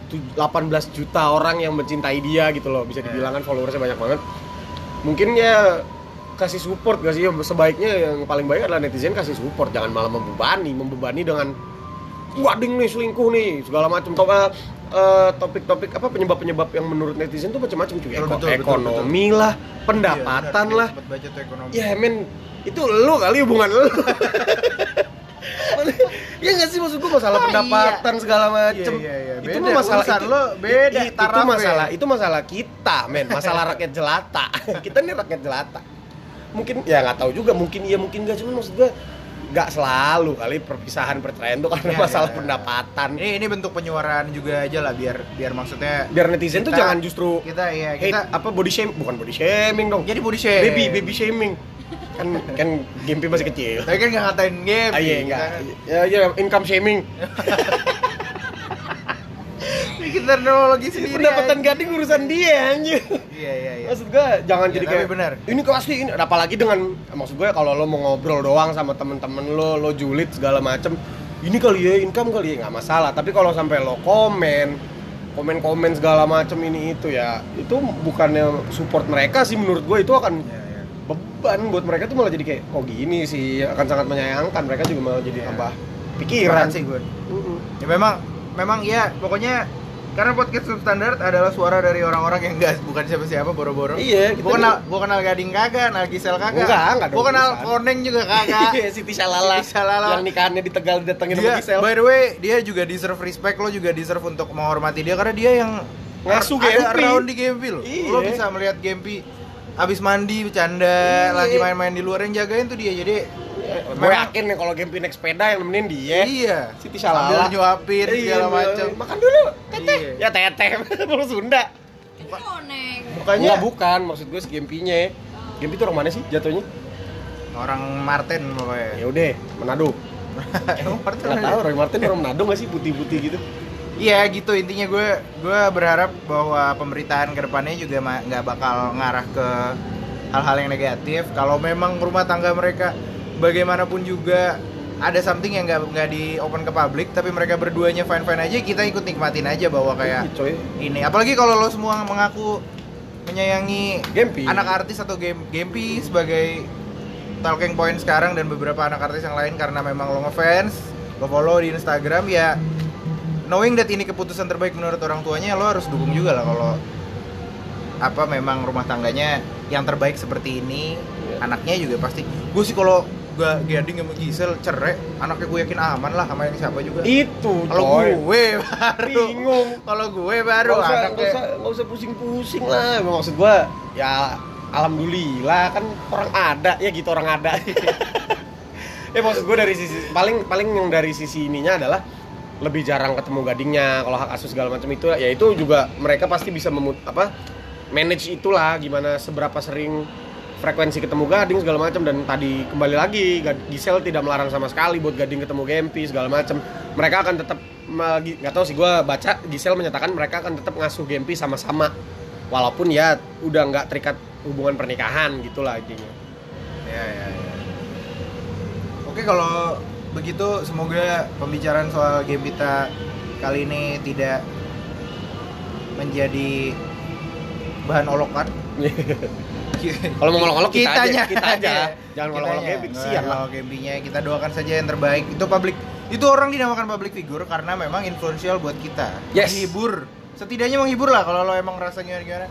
S2: tu- 18 juta orang yang mencintai dia gitu loh bisa dibilang kan followersnya banyak banget mungkin ya kasih support gak sih sebaiknya yang paling baik adalah netizen kasih support jangan malah membebani membebani dengan wading nih selingkuh nih segala macam to- eh, eh, topik-topik apa penyebab-penyebab yang menurut netizen tuh macam-macam cuy
S1: Betul,
S2: Eko-
S1: betul, betul,
S2: ekonomi lah pendapatan
S1: Iya, benar.
S2: lah
S1: Kita sempat baca tuh ekonomi
S2: Ya men, itu lu kali hubungan lu Ya nggak sih maksud gua masalah
S3: Oh, iya.
S2: pendapatan segala macem
S1: Iya, iya, iya.
S2: Itu
S1: Beda,
S2: mah masalah
S1: urusan
S2: itu,
S1: lu beda,
S2: i- i- Itu
S1: tarafnya.
S2: masalah, itu masalah kita men, masalah rakyat jelata Kita nih rakyat jelata Mungkin, ya nggak tahu juga, mungkin iya mungkin nggak Cuman maksud gua nggak selalu kali perpisahan perceraian itu karena
S1: Iya,
S2: masalah
S1: iya.
S2: pendapatan
S1: ini ini bentuk penyuaraan juga aja lah biar biar maksudnya
S2: Biar netizen tuh
S1: Kita-
S2: jangan justru
S1: kita ya
S2: hate,
S1: kita
S2: apa body shame, bukan body shaming dong
S1: jadi body shame
S2: Baby, baby shaming kan kan Gempi masih kecil
S1: tapi kan nggak ngatain game
S2: Ah, iya, enggak. Ya, ya, income shaming.
S1: kita teknologi sendiri
S2: Pendapatan
S1: aja.
S2: gading urusan dia anjir.
S1: iya iya iya
S2: Maksud gua jangan
S1: Iya,
S2: jadi
S1: tapi
S2: kayak
S1: benar.
S2: Ini kelas nih, ini apalagi dengan maksud gua ya, kalau lo mau ngobrol doang sama temen-temen lo, lo julid segala macem Ini kali ya income kali ya nggak masalah, tapi kalau sampai lo komen komen-komen segala macem ini itu ya itu bukannya support mereka sih menurut gue itu akan
S1: Iya, iya.
S2: beban buat mereka tuh malah jadi kayak oh gini sih akan sangat menyayangkan mereka juga malah jadi
S1: Iya.
S2: tambah
S1: Keren
S2: pikiran
S1: sih gue
S2: Mm-mm.
S1: ya memang memang ya pokoknya karena podcast substandard adalah suara dari orang-orang yang enggak bukan siapa-siapa boro-boro.
S2: Iya, kita
S1: Gua kenal gua kenal Gading kagak, kenal Gisel kagak.
S2: Enggak, enggak ada
S1: Gua kenal
S2: urusan.
S1: Koneng juga kagak.
S2: Iya, Siti Shalala.
S1: Siti Iya, Shalala.
S2: Yang nikahannya di Tegal didatengin sama
S1: dia,
S2: Gisel.
S1: by the way, dia juga deserve respect, lo juga deserve untuk menghormati dia karena dia yang
S2: Ngasuh
S1: ada
S2: Gempi.
S1: round di Gempi lo.
S2: Iya.
S1: Lo bisa melihat Gempi abis mandi, bercanda,
S2: Iya.
S1: lagi main-main di luar yang jagain tuh dia. Jadi
S2: Gue
S1: memang-
S2: yakin nih kalau Gempi naik sepeda yang nemenin dia.
S1: iya.
S2: Eh, Siti Shalala.
S1: Sambil nyuapin
S2: Iya,
S1: segala
S2: iya.
S1: macam.
S2: Makan dulu, teteh.
S1: Iya.
S2: Ya teteh, perlu Sunda.
S3: Itu koneng.
S1: Mukanya-
S2: Enggak, bukan, maksud gue si Gempinya. Gempi tuh orang mana sih jatuhnya?
S1: Orang Martin pokoknya.
S2: Ya udah, Manado.
S1: Emang Martin
S2: Enggak
S1: ada?
S2: tahu Roy Martin orang Manado enggak sih putih-putih gitu?
S1: Iya gitu intinya gue gue berharap bahwa pemberitaan kedepannya juga ma- nggak bakal ngarah ke hal-hal yang negatif. Kalau memang rumah tangga mereka bagaimanapun juga ada something yang nggak nggak di open ke publik, tapi mereka berduanya fine fine aja, kita ikut nikmatin aja bahwa kayak
S2: Ih, Iya, coy.
S1: ini. Apalagi kalau lo semua mengaku menyayangi
S2: Gempi.
S1: anak artis atau game Gempi sebagai talking point sekarang dan beberapa anak artis yang lain karena memang lo ngefans lo follow di Instagram ya knowing that ini keputusan terbaik menurut orang tuanya ya lo harus dukung juga lah kalau apa memang rumah tangganya yang terbaik seperti ini
S2: Iya.
S1: anaknya juga pasti gue sih kalau gak gading sama Gisel cerai anaknya gue yakin aman lah sama yang siapa juga
S2: Itu,
S1: kalau
S2: coy.
S1: gue baru
S2: Iya, Bingung.
S1: kalau gue baru
S2: Nggak usah-
S1: anaknya
S2: nggak usah, nggak usah pusing-pusing lah Emang maksud gua ya alhamdulillah kan orang ada ya gitu orang ada ya maksud gua dari sisi paling paling yang dari sisi ininya adalah lebih jarang ketemu gadingnya kalau hak asuh segala macam itu ya itu juga mereka pasti bisa memut apa manage itulah gimana seberapa sering frekuensi ketemu gading segala macam dan tadi kembali lagi Gad- Gisel tidak melarang sama sekali buat gading ketemu Gempi segala macam mereka akan tetap me- gi- nggak tahu sih gua baca Gisel menyatakan mereka akan tetap ngasuh Gempi sama-sama walaupun ya udah nggak terikat hubungan pernikahan gitulah intinya
S1: Ya, ya, ya. Oke, kalau begitu semoga pembicaraan soal game kita kali ini tidak menjadi bahan olokan
S2: Kalau mau ngolok-ngolok Oh, kita aja,
S1: Kitanya.
S2: kita aja. Jangan ngolok-ngolok
S1: Kitanya.
S2: gambling, sial lah.
S1: Ngolok gamblingnya, kita doakan saja yang terbaik itu public itu orang dinamakan public figure karena memang influential buat kita
S2: Yes.
S1: menghibur setidaknya menghibur lah kalau lo emang rasanya gimana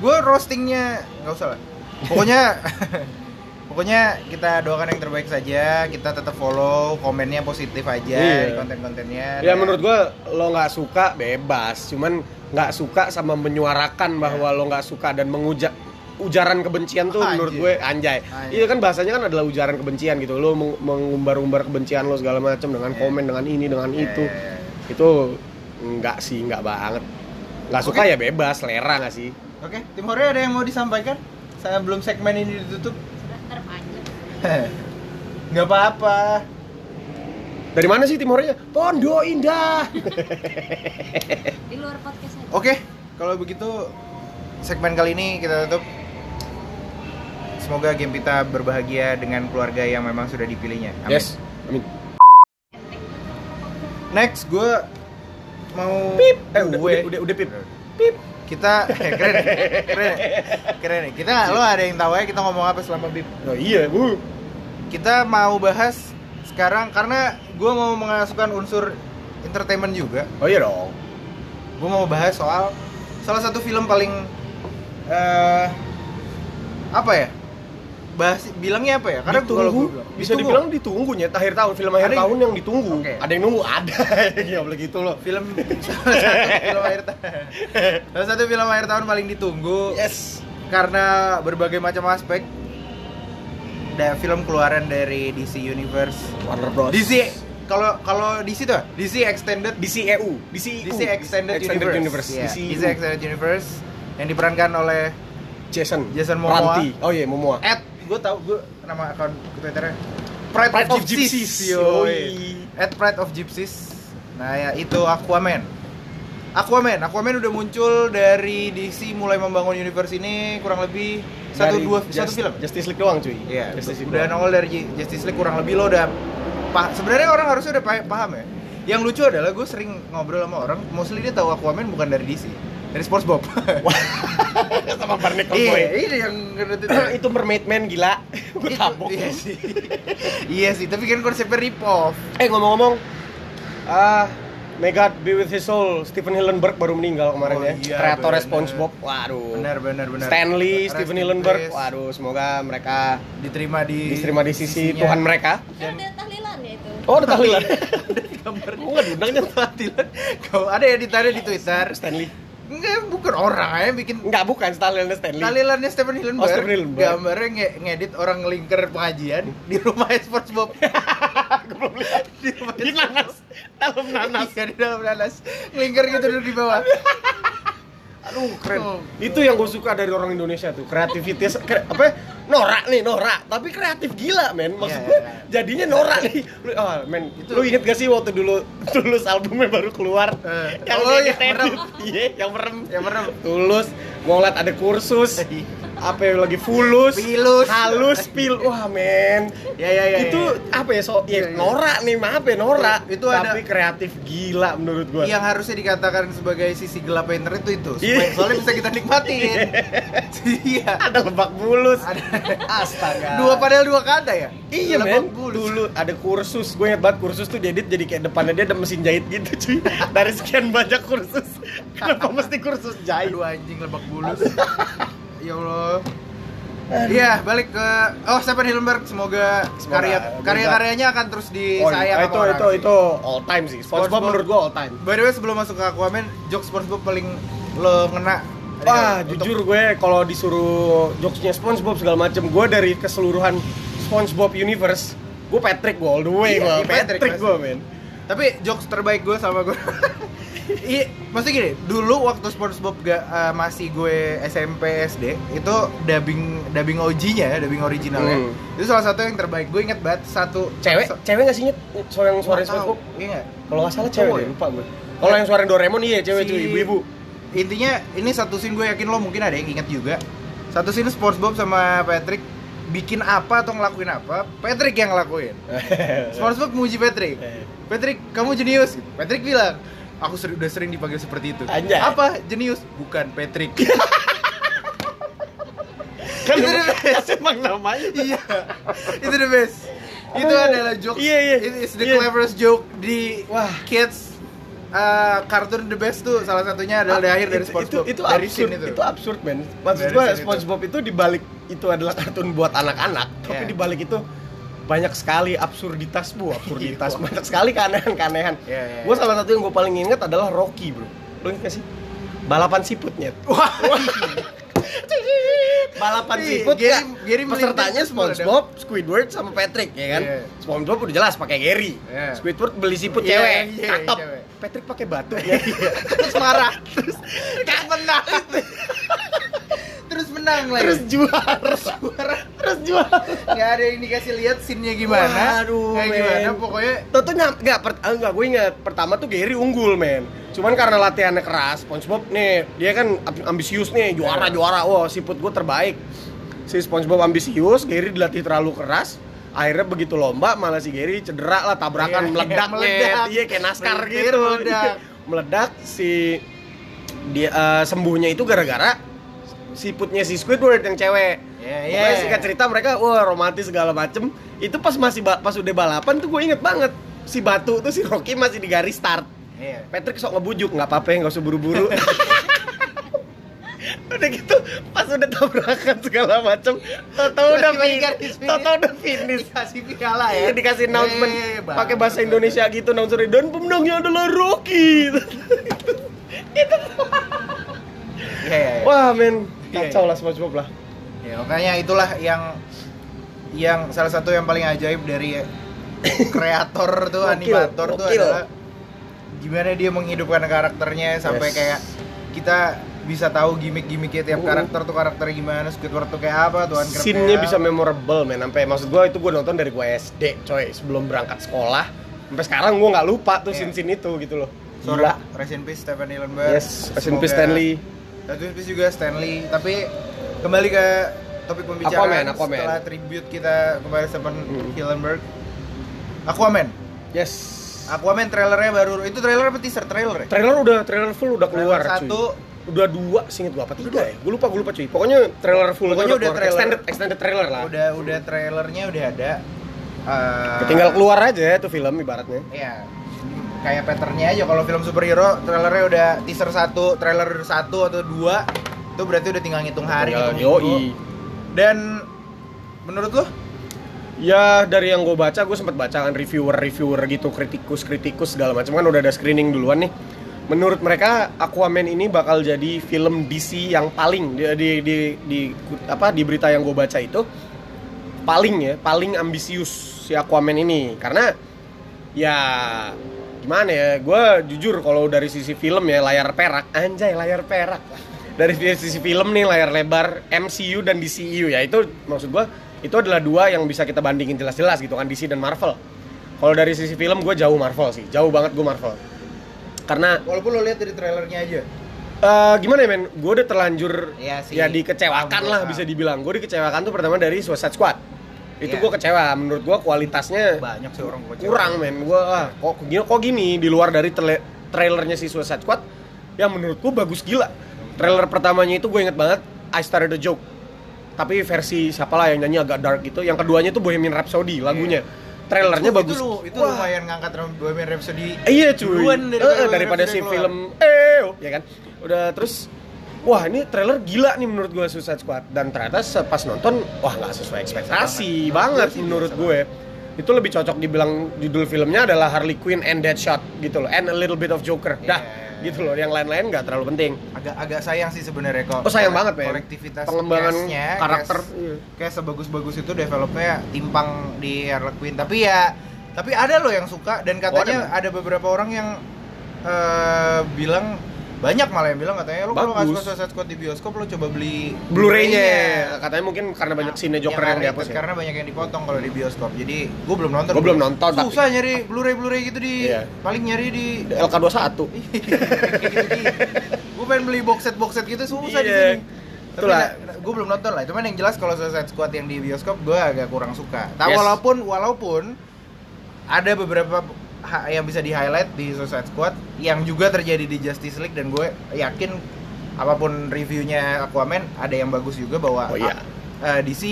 S1: gue roastingnya nggak usah lah pokoknya pokoknya kita doakan yang terbaik saja kita tetap follow komennya positif aja
S2: Iya.
S1: di konten-kontennya
S2: Ya
S1: Dan-
S2: menurut gua lo nggak suka bebas, cuman nggak suka sama menyuarakan
S1: Iya.
S2: bahwa lo nggak suka dan menguja ujaran kebencian tuh
S1: Anjay.
S2: menurut gue anjay.
S1: Anjay.
S2: Iya kan bahasanya kan adalah ujaran kebencian gitu. Lo meng- mengumbar-umbar kebencian lo segala macam dengan
S1: Iya.
S2: komen dengan ini dengan
S1: Ya,
S2: itu.
S1: ya, ya.
S2: Itu nggak sih, nggak banget. Nggak suka
S1: Oke.
S2: ya bebas, selera nggak sih?
S1: oke tim Hore ada yang mau disampaikan saya belum segmen ini ditutup
S3: Ntar panjang.
S1: nggak apa-apa
S2: Dari mana sih timornya? Pondok Indah.
S3: Di luar podcast aja.
S1: Oke, kalau begitu segmen kali ini kita tutup. Semoga game kita berbahagia dengan keluarga yang memang sudah dipilihnya. Amin.
S2: Yes. Amin.
S1: Next, gue mau
S2: Pip. Eh,
S1: Gue.
S2: udah, udah, udah, udah, pip. Pip.
S1: Kita eh, keren, ya? keren, ya? keren. ya? Kita lo ada yang tahu ya kita ngomong apa selama bip?
S2: Oh iya, bu.
S1: Kita mau bahas sekarang karena gue mau mengasuhkan unsur entertainment juga.
S2: Oh iya dong.
S1: gue mau bahas soal salah satu film paling eh apa ya bahas bilangnya apa ya karena kalau
S2: ditunggu,
S1: gua bilang-
S2: bisa
S1: ditunggu.
S2: dibilang ditunggunya akhir tahun film akhir
S1: Ada yang-
S2: tahun yang ditunggu.
S1: Oke.
S2: Ada yang nunggu, ada. ya boleh gitu loh.
S1: film salah satu film akhir tahun salah satu film akhir tahun paling ditunggu
S2: Yes.
S1: karena berbagai macam aspek da film keluaran dari DC Universe
S2: Warner Bros.
S1: DC kalau kalau DC tuh DC Extended
S2: DCEU, DCEU.
S1: DC Extended, Universe, Iya,
S2: DCEU.
S1: DC Extended Universe yang diperankan oleh
S2: Jason.
S1: Jason Momoa.
S2: Ranti. Oh iya, Momoa.
S1: at gue tau gue nama akun twitternya Pride,
S2: Pride
S1: of,
S2: of
S1: Gypsies,
S2: Gypsies,
S1: yoi.
S2: yoi.
S1: at Pride of Gypsies nah ya itu Aquaman Aquaman Aquaman udah muncul dari DC mulai membangun universe ini kurang lebih satu
S2: Dari
S1: dua satu
S2: Just-
S1: film
S2: Justice League doang, cuy.
S1: Iya,
S2: Justice League.
S1: udah
S2: doang.
S1: nongol dari J- Justice League kurang lebih lo udah pa- sebenarnya orang harusnya udah pa- paham ya. Yang lucu adalah gue sering ngobrol sama orang, mostly dia tahu Aquaman bukan dari DC, dari SpongeBob.
S2: sama Barney Cowboy.
S1: Iya, ini yang ngerti
S2: itu Mermaid Man gila. Gue
S1: Itu-
S2: tabok.
S1: Iya sih. iya sih, tapi kan konsepnya rip off.
S2: Eh ngomong-ngomong, ah May God be with his soul. Stephen Hillenburg baru meninggal kemarin
S1: Oh
S2: ya.
S1: iya,
S2: Kreator
S1: bener.
S2: SpongeBob. Waduh.
S1: Benar benar benar.
S2: Stanley,
S1: Rest
S2: Stephen
S1: in
S2: Hillenburg.
S1: peace.
S2: Waduh, semoga mereka
S1: diterima di
S2: diterima di sisi
S1: sisinya.
S2: Tuhan mereka.
S3: Kan ada tahlilan ya itu.
S2: Oh, ada tahlilan. Gambar. Gue nggak diundang yang tahlilan.
S1: Kau ada yang ditaruh di Twitter.
S2: Stanley.
S1: Enggak, bukan orang aja bikin
S2: Enggak, bukan tahlilannya Stanley.
S1: Talilannya Stephen Hillenburg,
S2: Oh, Stephen Hillenburg.
S1: gambarnya nge- ngedit orang ngelingker pengajian di rumah SpongeBob
S2: Gue belum lihat.
S1: di rumah
S2: Di nanas. Dalam nanas.
S1: Iya, di dalam nanas ngelingker gitu duduk di bawah
S2: Aduh, keren.
S1: Oh.
S2: Itu yang gue suka dari orang Indonesia tuh, kreativitas kre- apa? ya, Norak nih, norak. Tapi kreatif gila, men. Maksud
S1: Iya,
S2: gue
S1: iya.
S2: jadinya norak nih. Lu, oh, men,
S1: Itu-
S2: lu inget gak sih waktu dulu tulus albumnya baru keluar?
S1: Eh.
S2: Yang
S1: Oh,
S2: oh,
S1: iya, merem.
S2: Iya, yang merem.
S1: Yang merem.
S2: Tulus mau ngeliat ada kursus.
S1: Iya.
S2: apa ya, lagi fulus,
S1: Pilus.
S2: halus, pil. Wah, men.
S1: ya ya ya
S2: itu
S1: ya.
S2: apa ya? So, ya,
S1: Iya, iya.
S2: norak nih, maaf ya, norak.
S1: Itu- itu ada- Iya.
S2: Tapi kreatif gila menurut gue.
S1: yang harusnya dikatakan sebagai sisi gelap internet itu itu supaya,
S2: Iya.
S1: soalnya bisa kita nikmatin iya
S2: Ada lebak bulus.
S1: Ada-
S2: Astaga.
S1: dua padahal dua kada ya
S2: Iya
S1: Lebak
S2: men,
S1: bulus.
S2: dulu ada kursus, gue inget banget kursus tuh diedit jadi kayak depannya dia ada mesin jahit gitu cuy Dari sekian banyak kursus, kenapa mesti kursus jahit?
S1: aduh anjing lebak bulus ya allah Iya, balik ke Oh, Stephen Hillenburg semoga,
S2: Semoga,
S1: karya
S2: semoga.
S1: karya-karyanya akan terus disayang
S2: Oh, itu,
S1: sama
S2: itu,
S1: orang
S2: itu,
S1: sih.
S2: all time sih,
S1: SpongeBob.
S2: SpongeBob menurut gue all time
S1: By the way, sebelum masuk ke Aquaman, jokes SpongeBob paling lo ngena.
S2: Wah
S1: Untuk-
S2: jujur gue kalau disuruh jokesnya SpongeBob segala macem, gue dari keseluruhan SpongeBob Universe Gue Patrick gue all the
S1: Iya,
S2: way,
S1: iya,
S2: gue
S1: Patrick,
S2: Patrick,
S1: pasti.
S2: gue men
S1: Tapi jokes terbaik gue sama gue. Iya, maksudnya gini, dulu waktu SpongeBob gak, eh, masih gue SMP SD, itu dubbing dubbing OG-nya, dubbing originalnya.
S2: Hmm.
S1: Itu salah satu yang terbaik. Gue inget banget satu
S2: Cewek,
S1: so-
S2: cewek gak sih nyet, so yang suara
S1: Nggak tahu,
S2: SpongeBob?
S1: Iya nggak?
S2: Kalau gak salah
S1: Cowok
S2: cewek,
S1: ya?
S2: deh, lupa gue Kalau yang suara Doraemon iya cewek
S1: Si-
S2: cuy, ibu-ibu
S1: Intinya ini satu scene gue yakin lo mungkin ada yang inget juga. Satu scene SpongeBob sama Patrick bikin apa atau ngelakuin apa, Patrick yang ngelakuin. SpongeBob muji Patrick.
S2: Eh.
S1: Patrick, kamu jenius. Patrick bilang, aku ser- udah sering dipanggil seperti itu.
S2: Anjay.
S1: Apa? Jenius? Bukan Patrick.
S2: kan emang namanya
S1: Iya. Itu the best. Itu adalah joke.
S2: Iya, iya.
S1: It is the
S2: Iya.
S1: cleverest joke di
S2: Wah.
S1: kids uh, kartun the best tuh salah satunya adalah di akhir dari
S2: Ah, Itu-
S1: SpongeBob.
S2: itu, itu
S1: dari
S2: absurd
S1: scene
S2: itu.
S1: itu.
S2: absurd men maksud
S1: Dari
S2: gua
S1: scene itu.
S2: SpongeBob itu dibalik itu adalah kartun buat anak-anak tapi
S1: Yeah.
S2: dibalik itu banyak sekali absurditas bu absurditas banyak sekali keanehan keanehan
S1: Yeah, yeah,
S2: gua
S1: yeah.
S2: salah satu yang gua paling inget adalah Rocky bro lo inget gak sih balapan siputnya
S1: Wah.
S2: balapan
S1: Ih,
S2: siput
S1: Gary-
S2: ya
S1: Gary
S2: pesertanya
S1: melintang semua ada. Iya,
S2: SpongeBob Squidward sama Patrick ya kan
S1: Yeah.
S2: SpongeBob udah jelas pakai Gary
S1: Yeah.
S2: Squidward beli siput
S1: Iya,
S2: cewek
S1: iya,
S2: cakep
S1: cewek. Iya,
S2: Patrick pakai batu ya terus marah terus
S1: Terus menang. Terus menang lagi.
S2: terus juara terus juara
S1: nggak ada yang dikasih lihat scene-nya gimana
S2: Waduh,
S1: kayak gimana
S2: men.
S1: pokoknya
S2: Tuh tuh nyam, nggak, per, ah, nggak, gue inget pertama tuh Gary unggul men Cuman karena latihannya keras, SpongeBob nih dia kan ab- ambisius nih, juara juara, wah siput gue terbaik. Si SpongeBob ambisius, Gary dilatih terlalu keras. Akhirnya begitu lomba malah si Gary cedera lah
S1: Iya,
S2: tabrakan meledak,
S1: iya,
S2: Net.
S1: meledak.
S2: iya kayak naskar
S1: Melintir,
S2: gitu,
S1: meledak.
S2: meledak si dia eh, sembuhnya itu gara-gara siputnya si Squidward yang cewek.
S1: Iya,
S2: Pokoknya
S1: iya.
S2: singkat cerita mereka wah romantis segala macem. Itu pas masih ba- pas udah balapan tuh gue inget banget si batu tuh si Rocky masih di garis start.
S1: iya
S2: Patrick sok ngebujuk nggak apa-apa ya, nggak usah buru-buru. udah gitu pas udah tabrakan segala macem, tahu udah
S1: Tiba-tiba di
S2: finish,
S1: garis finish.
S2: tahu udah finish.
S1: dikasih piala ya
S2: Iya, dikasih announcement
S1: Eh, bang.
S2: pakai bahasa Indonesia gitu announcer dan pemenangnya adalah Rocky.
S1: Iya, iya, iya.
S2: Wah men
S1: Iya,
S2: kacau
S1: iya.
S2: lah SpongeBob lah.
S1: Ya, makanya itulah yang yang salah satu yang paling ajaib dari kreator tuh,
S2: Gokil,
S1: animator tuh
S2: gokil.
S1: adalah gimana dia menghidupkan karakternya sampai
S2: Yes.
S1: kayak kita bisa tahu gimmick-gimmicknya tiap
S2: Mm.
S1: karakter tuh karakter gimana, Squidward tuh kayak apa, Tuan Crab
S2: scene-nya
S1: kayak
S2: bisa
S1: apa.
S2: memorable men sampai maksud gua itu gua nonton dari gua SD coy sebelum berangkat sekolah sampai sekarang gua nggak lupa tuh
S1: Iya.
S2: scene-scene itu gitu loh
S1: Sorry,
S2: gila
S1: rest in peace Stephen Hillenburg.
S2: yes rest in peace,
S1: Semoga-
S2: Stanley
S1: Rest in peace Nah, juga Stanley. Tapi kembali ke topik pembicaraan
S2: Aquaman, Aquaman.
S1: setelah tribute kita kepada Stephen
S2: Mm.
S1: Hillenburg. Aquaman.
S2: yes
S1: Aquaman trailernya baru itu trailer apa teaser trailer ya?
S2: trailer udah trailer full udah keluar
S1: Trailer satu.
S2: cuy udah dua singkat gua apa tiga ya gua lupa gua lupa cuy pokoknya trailer full
S1: Pokoknya udah trailer.
S2: extended extended trailer lah
S1: Udah udah trailernya udah ada. Eh,
S2: tinggal keluar aja tuh film ibaratnya
S1: Iya. Kayak patternnya aja kalau film superhero trailernya udah teaser satu, trailer satu atau dua itu berarti udah tinggal ngitung hari
S2: Tinggal-
S1: ngitung minggu.
S2: yoi
S1: Dan menurut lo?
S2: Ya dari yang gue baca, gue sempat baca kan reviewer-reviewer gitu, kritikus-kritikus segala macam kan udah ada screening duluan nih. Menurut mereka Aquaman ini bakal jadi film DC yang paling di di di, di- apa di berita yang gue baca itu paling ya paling ambisius si Aquaman ini karena ya gimana ya gue jujur kalau dari sisi film ya layar perak anjay layar perak dari sisi film nih layar lebar MCU dan DCU ya itu maksud gue itu adalah dua yang bisa kita bandingin jelas-jelas gitu kan DC dan Marvel kalau dari sisi film gue jauh Marvel sih jauh banget gue Marvel karena
S1: Walaupun lo lihat dari trailernya aja.
S2: eh, gimana ya men gue udah terlanjur
S1: Iya sih.
S2: ya dikecewakan
S1: Ah.
S2: lah bisa dibilang gue dikecewakan tuh pertama dari Suicide Squad itu
S1: Iya.
S2: gue kecewa menurut gue kualitasnya
S1: Banyak sih orang kocak.
S2: kurang men gua ah, kok gini kok gini di luar dari tele- trailernya si Suicide Squad yang menurut gua bagus gila trailer pertamanya itu gue inget banget I Started a Joke tapi versi siapalah yang nyanyi agak dark gitu yang keduanya tuh Bohemian Rhapsody lagunya trailernya
S1: Iya. Itu-
S2: bagus
S1: Itu, lu, itu
S2: Wah,
S1: lumayan ngangkat Bohemian Rhapsody.
S2: iya cuy
S1: Duluan daripada
S2: Eh, eh,
S1: Bohemian
S2: daripada si
S1: Rhapsody keluar.
S2: film eh oh, ya kan udah terus Wah ini trailer gila nih menurut gue Suicide Squad dan ternyata pas nonton wah nggak sesuai ekspektasi
S1: Banget.
S2: banget
S1: Menurut gue Iya sih
S2: menurut
S1: biasa
S2: gue itu lebih cocok dibilang judul filmnya adalah Harley Quinn and Deadshot gitu loh and a little bit of Joker
S1: Iya.
S2: dah
S1: Yeah.
S2: gitu loh yang lain-lain nggak terlalu penting
S1: agak agak sayang sih sebenarnya kok.
S2: Oh, sayang banget, men.
S1: Kolektivitas
S2: Pengembangan
S1: cast-nya,
S2: karakter.
S1: cast-
S2: Iya.
S1: kayak sebagus-bagus itu developnya timpang di Harley Quinn. Tapi ya tapi ada loh yang suka dan katanya
S2: Oh,
S1: ada beberapa orang yang eh, bilang banyak malah yang bilang katanya lo kalau nggak suka
S2: Bagus.
S1: Suicide Squad di bioskop lo coba beli
S2: Blu-ray-nya katanya mungkin karena banyak scene Joker yang
S1: ada
S2: dihapus
S1: itu,
S2: ya
S1: karena banyak yang dipotong kalau di bioskop jadi gue belum nonton
S2: Gua belum nonton, tapi-
S1: susah nyari blu-ray blu-ray gitu di
S2: Iya.
S1: paling nyari di
S2: LK21
S1: gitu, gue pengen beli box set box set gitu susah di
S2: Iya.
S1: sini
S2: Itulah.
S1: gue belum nonton lah cuman yang jelas kalau Suicide Squad yang di bioskop gue agak kurang suka tapi
S2: Yes.
S1: walaupun walaupun ada beberapa ha- yang bisa di highlight di Suicide Squad yang juga terjadi di Justice League dan gue yakin apapun reviewnya Aquaman ada yang bagus juga bahwa
S2: Oh, iya.
S1: A- eh, DC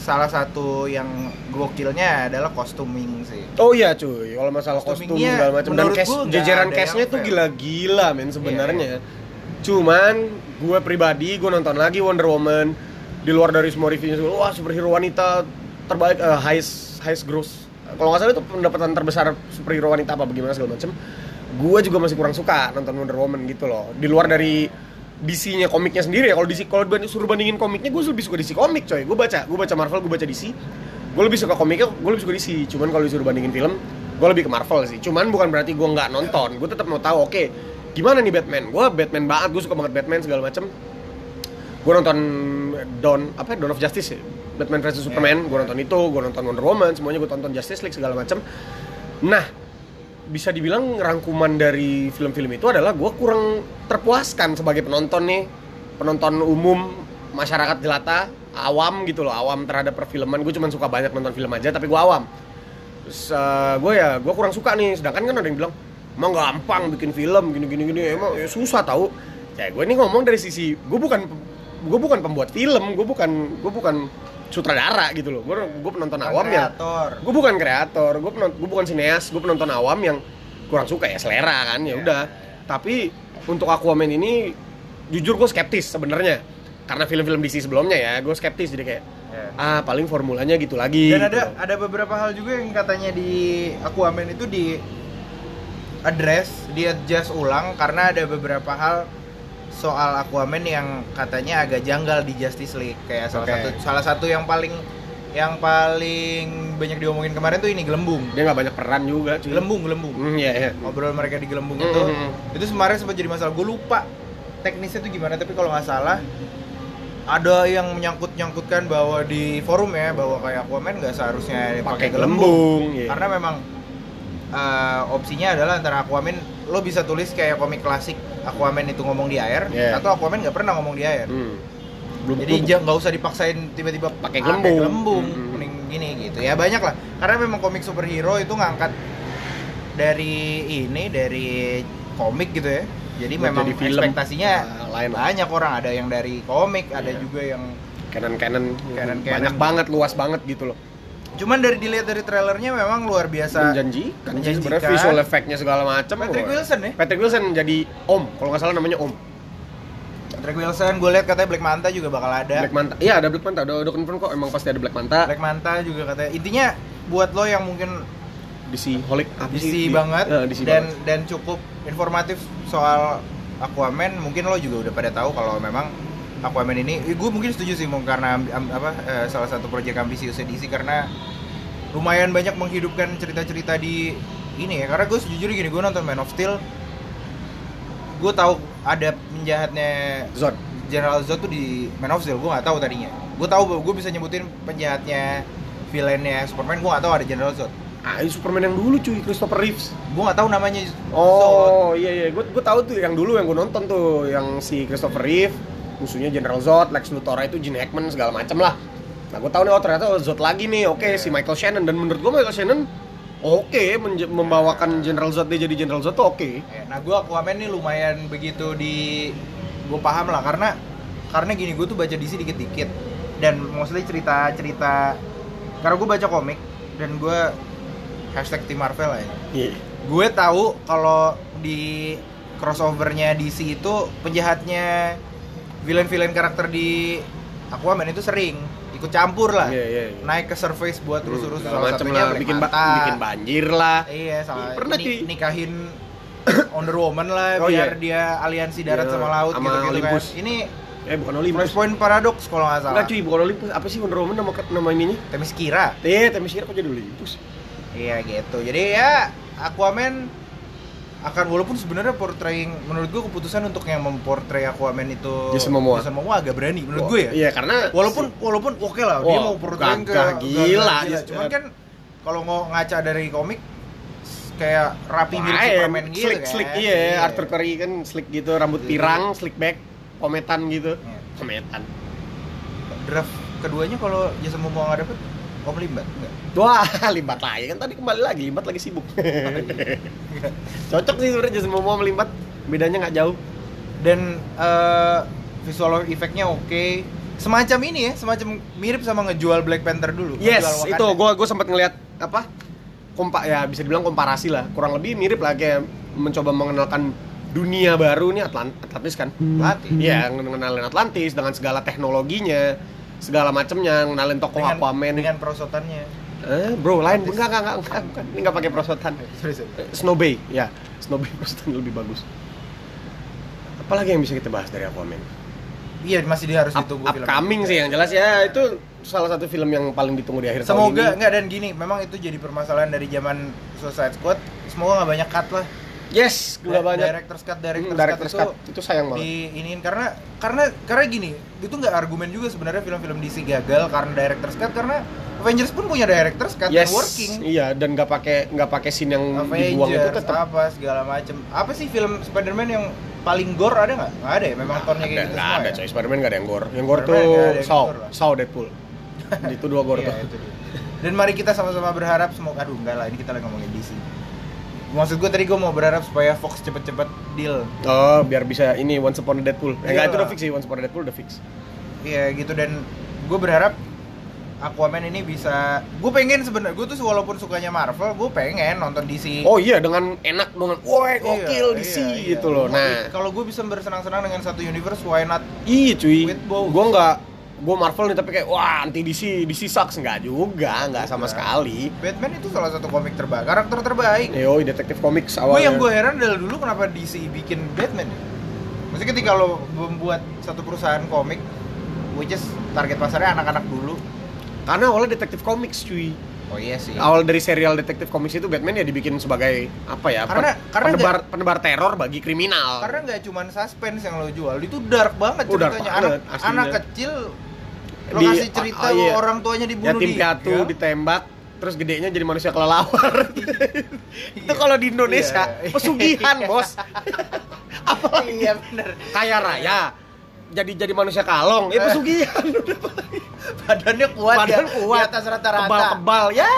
S1: salah satu yang gokilnya adalah costuming sih.
S2: Oh iya cuy, kalau masalah kostum
S1: Costumingnya,
S2: segala macam dan
S1: menurut
S2: cash,
S1: gua nggak
S2: jajaran
S1: ada
S2: cashnya
S1: yang Iya,
S2: tuh
S1: fair.
S2: gila-gila men sebenarnya. Cuman gue pribadi gue nonton lagi Wonder Woman di luar dari semua reviewnya wah superhero wanita terbaik eh, highest highest gross. Kalau nggak salah itu pendapatan terbesar superhero wanita apa bagaimana segala macam. Gue juga masih kurang suka nonton Wonder Woman gitu loh. Di luar dari DC-nya komiknya sendiri ya. Kalau DC kalau dibanding- suruh bandingin komiknya gue lebih suka DC komik coy. Gue baca, gue baca Marvel, gue baca DC. Gue lebih suka komiknya, gue lebih suka DC. Cuman kalau disuruh bandingin film, gue lebih ke Marvel sih. Cuman bukan berarti gue nggak nonton. Gue tetap mau tahu, oke, gimana nih Batman? Gue Batman banget, gue suka banget Batman segala macem. Gue nonton Dawn apa Dawn of Justice ya? Batman vs Superman, gue nonton itu, gue nonton Wonder Woman, semuanya gue tonton Justice League segala macem. Nah, bisa dibilang rangkuman dari film-film itu adalah gue kurang terpuaskan sebagai penonton nih penonton umum masyarakat jelata awam gitu loh awam terhadap perfilman gue cuma suka banyak nonton film aja tapi gue awam terus gue ya gue kurang suka nih sedangkan kan ada yang bilang emang gampang bikin film gini gini gini emang ya susah tahu ya gue ini ngomong dari sisi gue bukan gue bukan pembuat film gue bukan gue bukan sutradara gitu loh gue gue penonton awam ya
S1: Kreator.
S2: gue bukan kreator gue penon- gue bukan sineas gue penonton awam yang kurang suka ya selera
S1: Iya.
S2: kan ya udah tapi untuk Aquaman ini jujur gue skeptis sebenarnya karena film-film DC sebelumnya ya gue skeptis jadi kayak
S1: Ya.
S2: ah paling formulanya gitu lagi
S1: Dan
S2: gitu
S1: ada
S2: loh.
S1: ada beberapa hal juga yang katanya di Aquaman itu di address, di adjust ulang karena ada beberapa hal soal Aquaman yang katanya agak janggal di Justice League. Kayak salah
S2: Oke.
S1: satu salah satu yang paling yang paling banyak diomongin kemarin tuh ini gelembung.
S2: dia nggak banyak peran juga cuy
S1: Gelembung, gelembung.
S2: Hmm, iya, iya.
S1: Ngobrol mereka di gelembung
S2: Mm,
S1: itu.
S2: mm, mm.
S1: Itu kemarin sempat jadi masalah. Gue lupa teknisnya itu gimana tapi kalau nggak salah ada yang menyangkut-nyangkutkan bahwa di forum ya bahwa kayak Aquaman nggak seharusnya
S2: pakai
S1: pakai gelembung
S2: gelembung iya.
S1: karena memang eh, opsinya adalah antara Aquaman lo bisa tulis kayak komik klasik Aquaman itu ngomong di air
S2: Yeah.
S1: atau Aquaman nggak pernah ngomong di air
S2: Hmm. Belum-
S1: jadi
S2: belum-
S1: ja- nggak usah dipaksain tiba-tiba
S2: Pakai
S1: ah,
S2: gelembung.
S1: gelembung,
S2: Mm-mm.
S1: mending gini gitu ya banyak lah karena memang komik superhero itu ngangkat dari ini dari komik gitu ya jadi
S2: Buat
S1: memang
S2: jadi film.
S1: ekspektasinya
S2: Ah, lain lah.
S1: banyak orang ada yang dari komik ada
S2: Iya.
S1: juga yang
S2: Canon-canon.
S1: Canon-canon.
S2: banyak banget luas banget gitu loh
S1: cuman dari dilihat dari trailernya memang luar biasa
S2: menjanjikan sih
S1: menjanjikan.
S2: sebenarnya visual efeknya segala macam
S1: Patrick
S2: wah.
S1: Wilson ya?
S2: Eh? Patrick Wilson jadi Om kalau nggak salah namanya Om
S1: Patrick Wilson gue lihat katanya Black Manta juga bakal ada
S2: Black Manta iya ada Black Manta udah udah confirm kok emang pasti ada Black Manta
S1: Black Manta juga katanya intinya buat lo yang mungkin
S2: DC Holic apa sih?
S1: DC
S2: Di-
S1: Ah, banget
S2: Eh, DC
S1: dan
S2: banget.
S1: dan cukup informatif soal Aquaman mungkin lo juga udah pada tahu kalau memang Aquaman ini eh, gue mungkin setuju sih mau karena amb- am- apa eh, salah satu proyek ambisiusnya DC karena lumayan banyak menghidupkan cerita-cerita di ini ya karena gue sejujurnya gini gue nonton Man of Steel gue tahu ada penjahatnya
S2: Zod
S1: General Zod tuh di Man of Steel gue nggak tahu tadinya gue tahu bahwa gue bisa nyebutin penjahatnya villainnya Superman gue nggak tahu ada General Zod
S2: ah ini Superman yang dulu cuy Christopher Reeves
S1: gue nggak tahu namanya Zod.
S2: oh iya iya gue gue tahu tuh yang dulu yang gue nonton tuh yang si Christopher Reeve musuhnya General Zod Lex Luthor itu Gene Hackman segala macam lah nah gue tahu nih oh ternyata Zod lagi nih oke
S1: Iya.
S2: si Michael Shannon dan menurut gue Michael Shannon oke menje- membawakan General Zod dia jadi General Zod tuh oke
S1: Ya, Nah gue Aquaman nih lumayan begitu di gue paham lah karena karena gini gue tuh baca DC dikit-dikit dan mostly cerita-cerita karena gue baca komik dan gue hashtag tim Marvel lah ya.
S2: Iya.
S1: Gue tahu kalau di crossovernya DC itu penjahatnya villain-villain karakter di Aquaman itu sering ikut campur lah.
S2: Iya, iya, iya.
S1: Naik ke surface buat urus-urus
S2: Segala
S1: salah
S2: macem
S1: satunya
S2: lah,
S1: Black
S2: bikin, ba-
S1: Manta.
S2: bikin banjir lah
S1: Iya, salah.
S2: Pernah,
S1: Ni-
S2: cuy.
S1: nikahin Wonder Woman lah
S2: Oh,
S1: biar
S2: iya.
S1: dia aliansi darat
S2: Iya,
S1: sama laut
S2: sama
S1: gitu-gitu kan.
S2: Olympus.
S1: Ini
S2: eh bukan
S1: Flash
S2: Olympus
S1: Point Paradox kalau nggak salah.
S2: Enggak cuy, bukan Olympus, apa sih Wonder Woman nama, nama ininya?
S1: Themyscira.
S2: Eh, Temisira kok jadi Olympus?
S1: Iya gitu. Jadi ya Aquaman akan walaupun sebenarnya portraying menurut gue keputusan untuk yang memportray Aquaman itu
S2: Jason Momoa.
S1: Jason agak berani menurut gue ya.
S2: Iya, karena
S1: Walaupun walaupun oke lah dia
S2: Wah,
S1: mau portraying ke
S2: gagah gila.
S1: Cuman kan kalau ngo- ngaca dari komik kayak rapi mirip
S2: Lain,
S1: Superman gitu
S2: slick,
S1: kan.
S2: Slick, iya, Arthur Curry kan slick gitu, rambut
S1: Iya.
S2: pirang, slick back, kometan gitu.
S1: Iya.
S2: Kometan.
S1: draft keduanya kalau Jason Momoa nggak dapet Om Limbat enggak?
S2: Wah, limbat lagi kan tadi kembali lagi, limbat lagi sibuk. Cocok sih sebenarnya Jason Momoa melimbat, bedanya nggak jauh.
S1: Dan eh, visual effect-nya oke, semacam ini ya, semacam mirip sama ngejual Black Panther dulu.
S2: Yes,
S1: ngejual Wakanda.
S2: itu gua gua sempat ngelihat apa? Kompa ya bisa dibilang komparasi lah. Kurang lebih mirip lah kayak mencoba mengenalkan dunia baru nih Atlant Atlantis kan.
S1: Atlantis.
S2: Iya, mengenalin Atlantis dengan segala teknologinya, segala macemnya, ngenalin tokoh
S1: dengan,
S2: Aquaman.
S1: dengan perosotannya.
S2: Eh, bro, lain enggak enggak enggak, enggak, bukan. Ini enggak pakai perosotan.
S1: Sorry, sorry.
S2: Eh, Snow Bay, ya. Snow Bay perosotan lebih bagus. Apalagi yang bisa kita bahas dari Aquaman?
S1: Iya, masih dia harus
S2: Up-
S1: ditunggu film.
S2: upcoming sih yang jelas ya itu salah satu film yang paling ditunggu di akhir
S1: Semoga
S2: tahun ini.
S1: nggak dan gini, memang itu jadi permasalahan dari zaman Suicide Squad. Semoga nggak banyak cut lah.
S2: Yes,
S1: Eh,
S2: nggak banyak.
S1: Director's cut, director's,
S2: Hmm, director's
S1: cut,
S2: cut.
S1: itu
S2: Itu, sayang banget.
S1: di iniin karena karena karena gini itu nggak argumen juga sebenarnya film-film DC gagal karena director's cut karena Avengers pun punya director's cut yang
S2: yes,
S1: working
S2: iya dan nggak pakai nggak pakai scene yang dibuang itu
S1: Avengers
S2: tetap
S1: apa segala macem apa sih film Spider-Man yang paling gore ada nggak nggak ada ya memang tonnya kayak
S2: nggak
S1: gitu
S2: nggak
S1: semua
S2: ada
S1: ya?
S2: coy Spiderman nggak ada yang gore yang gore
S1: Spiderman nggak ada
S2: tuh
S1: yang
S2: Saw
S1: gore lah.
S2: Saw Deadpool itu dua gore
S1: Iya,
S2: tuh
S1: itu dia. dan mari kita sama-sama berharap semoga aduh enggak lah ini kita lagi ngomongin DC maksud gue tadi gue mau berharap supaya Fox cepet-cepet deal
S2: Oh, biar bisa ini Once Upon a Deadpool. Eh,
S1: Iya
S2: nggak, itu
S1: lah.
S2: udah fix sih Once Upon a Deadpool udah fix.
S1: Iya gitu dan gue berharap Aquaman ini bisa gue pengen sebenarnya gue tuh walaupun sukanya Marvel gue pengen nonton DC
S2: Oh iya, dengan enak dengan
S1: Iya,
S2: woi gokil di
S1: iya,
S2: sini
S1: iya.
S2: gitu loh.
S1: Gua-
S2: Nah,
S1: kalau gue bisa bersenang-senang dengan satu universe why not
S2: iya cuy.
S1: With both.
S2: Gua nggak gua Marvel nih tapi kayak wah anti DC, DC sucks nggak juga, nggak sama
S1: Nggak.
S2: sekali.
S1: Batman itu salah satu komik terbaik karakter terbaik
S2: Yo, detektif komik
S1: gue
S2: Iya, awalnya.
S1: yang gue heran adalah dulu kenapa DC bikin Batman ya? Maksudnya ketika lo membuat satu perusahaan komik which is target pasarnya anak-anak dulu
S2: Karena awalnya detektif komik cuy.
S1: oh iya sih
S2: Awal dari serial detektif komik itu Batman ya dibikin sebagai apa ya?
S1: Karena-
S2: pen-
S1: karena
S2: penebar penebar teror bagi kriminal.
S1: karena nggak cuman suspense yang lo jual itu dark banget oh,
S2: Oh, dark
S1: ceritanya
S2: banget,
S1: anak,
S2: aslinya.
S1: anak kecil lo
S2: Di-
S1: kasih cerita
S2: ah, iya.
S1: lo orang tuanya dibunuh
S2: yatim
S1: di-
S2: piatu
S1: ya?
S2: ditembak terus gedenya jadi manusia kelelawar itu kalau di Indonesia
S1: Iya.
S2: pesugihan bos apalagi
S1: iya bener
S2: kaya raya jadi jadi manusia kalong ya pesugihan
S1: badannya kuat
S2: badan
S1: ya,
S2: kuat
S1: Iya, di atas rata-rata
S2: kebal kebal ya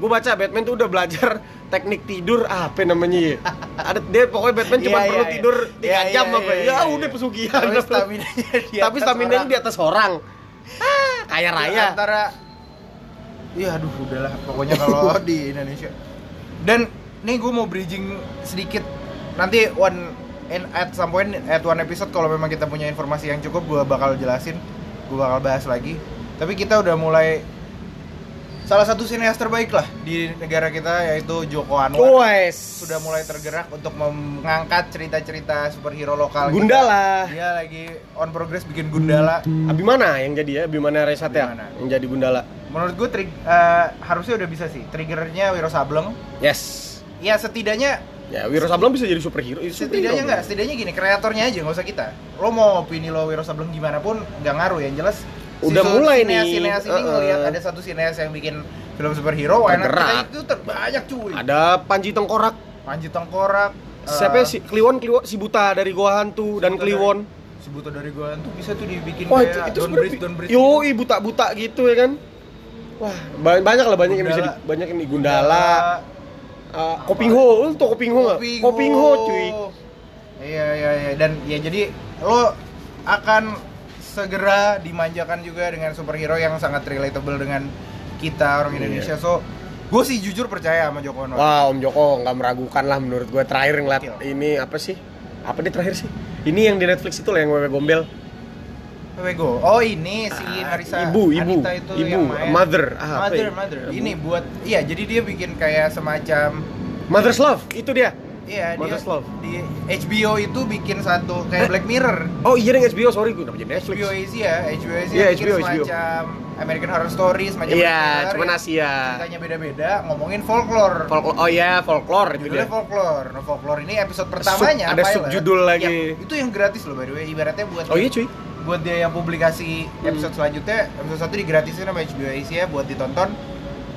S2: gue baca Batman tuh udah belajar teknik tidur apa namanya ya ada dia pokoknya Batman cuma
S1: Iya,
S2: perlu
S1: iya,
S2: tidur
S1: iya.
S2: tiga
S1: Iya,
S2: jam
S1: iya,
S2: apa
S1: iya,
S2: ya
S1: iya.
S2: udah pesugihan
S1: tapi stamina di
S2: tapi
S1: atas
S2: stamina
S1: orang.
S2: di atas orang Ah, kaya raya
S1: antara iya aduh udahlah pokoknya kalau di Indonesia dan nih gue mau bridging sedikit nanti one and at some point at one episode kalau memang kita punya informasi yang cukup gue bakal jelasin gue bakal bahas lagi tapi kita udah mulai salah satu sineas terbaik lah di negara kita yaitu Joko Anwar
S2: Wes.
S1: sudah mulai tergerak untuk mengangkat cerita-cerita superhero lokal kita.
S2: Gundala.
S1: dia lagi on progress bikin Gundala
S2: Abimana yang jadi ya, Abimana Resat ya,
S1: Abimana.
S2: yang jadi Gundala.
S1: Menurut gue trig- eh, harusnya udah bisa sih. Triggernya Wiro Sableng.
S2: Yes.
S1: Ya setidaknya
S2: Ya, Wiro Sableng bisa jadi superhero. Itu superhero.
S1: setidaknya nggak, setidaknya gini kreatornya aja nggak usah kita. Lo mau opini lo Wiro Sableng gimana pun nggak ngaruh yang jelas.
S2: Udah mulai
S1: sineas,
S2: nih.
S1: Sineas ini
S2: Uh-uh.
S1: ngelihat ada satu sineas yang bikin film superhero. why not?
S2: Tergerak.
S1: Kita itu terbanyak cuy.
S2: Ada Panji Tengkorak.
S1: Panji Tengkorak. eh,
S2: Siapa ya? si Kliwon Kliwon si buta dari Goa Hantu dan
S1: Buta
S2: Kliwon.
S1: si buta dari gua tuh bisa tuh dibikin
S2: Wah, itu,
S1: kayak
S2: itu
S1: Don Breeze, Don
S2: sebenarnya
S1: Breeze.
S2: yo buta-buta gitu ya kan. Wah, ba- banyak lah banyak yang bisa
S1: Gundala.
S2: di, banyak yang di
S1: gitu.
S2: Gundala. Eh, Kopingho, lu tau Kopingho nggak?
S1: Koping
S2: Kopingho cuy.
S1: Iya iya iya dan ya jadi lo akan segera dimanjakan juga dengan superhero yang sangat relatable dengan kita orang
S2: Iya.
S1: Indonesia. So, gue sih jujur percaya sama Joko Anwar.
S2: Wah, Om Joko nggak meragukan lah menurut gue terakhir ngeliat
S1: Gokil.
S2: ini apa sih? Apa dia terakhir sih? Ini yang di Netflix itu lah yang wewe gombel.
S1: Wewe Go. Oh, ini si
S2: Ah,
S1: Narisa
S2: ibu, ibu,
S1: Anita itu
S2: ibu,
S1: yang main.
S2: mother, ah, apa
S1: mother,
S2: ya?
S1: mother.
S2: Ibu.
S1: Ini buat iya, jadi dia bikin kayak semacam
S2: Mother's Love, itu dia.
S1: iya, dia
S2: Mother's Love.
S1: di HBO itu bikin satu kayak Black Mirror.
S2: Oh iya deng HBO, sorry gue kenapa jadi Netflix.
S1: HBO Asia, HBO Asia
S2: Iya,
S1: bikin
S2: HBO.
S1: semacam American Horror Story, semacam
S2: Iya,
S1: dokumenter
S2: cuman
S1: yang
S2: Asia.
S1: Ceritanya beda-beda, ngomongin folklore.
S2: Folklore, oh iya folklore itu
S1: Judulnya
S2: dia.
S1: folklore. Nah, folklore ini episode pertamanya
S2: ada
S1: pilot.
S2: subjudul
S1: Ya,
S2: lagi.
S1: itu yang gratis loh by the way, ibaratnya buat
S2: Oh iya Hmm. cuy.
S1: buat dia yang publikasi episode selanjutnya, episode 1 digratisin sama HBO Asia ya, buat ditonton.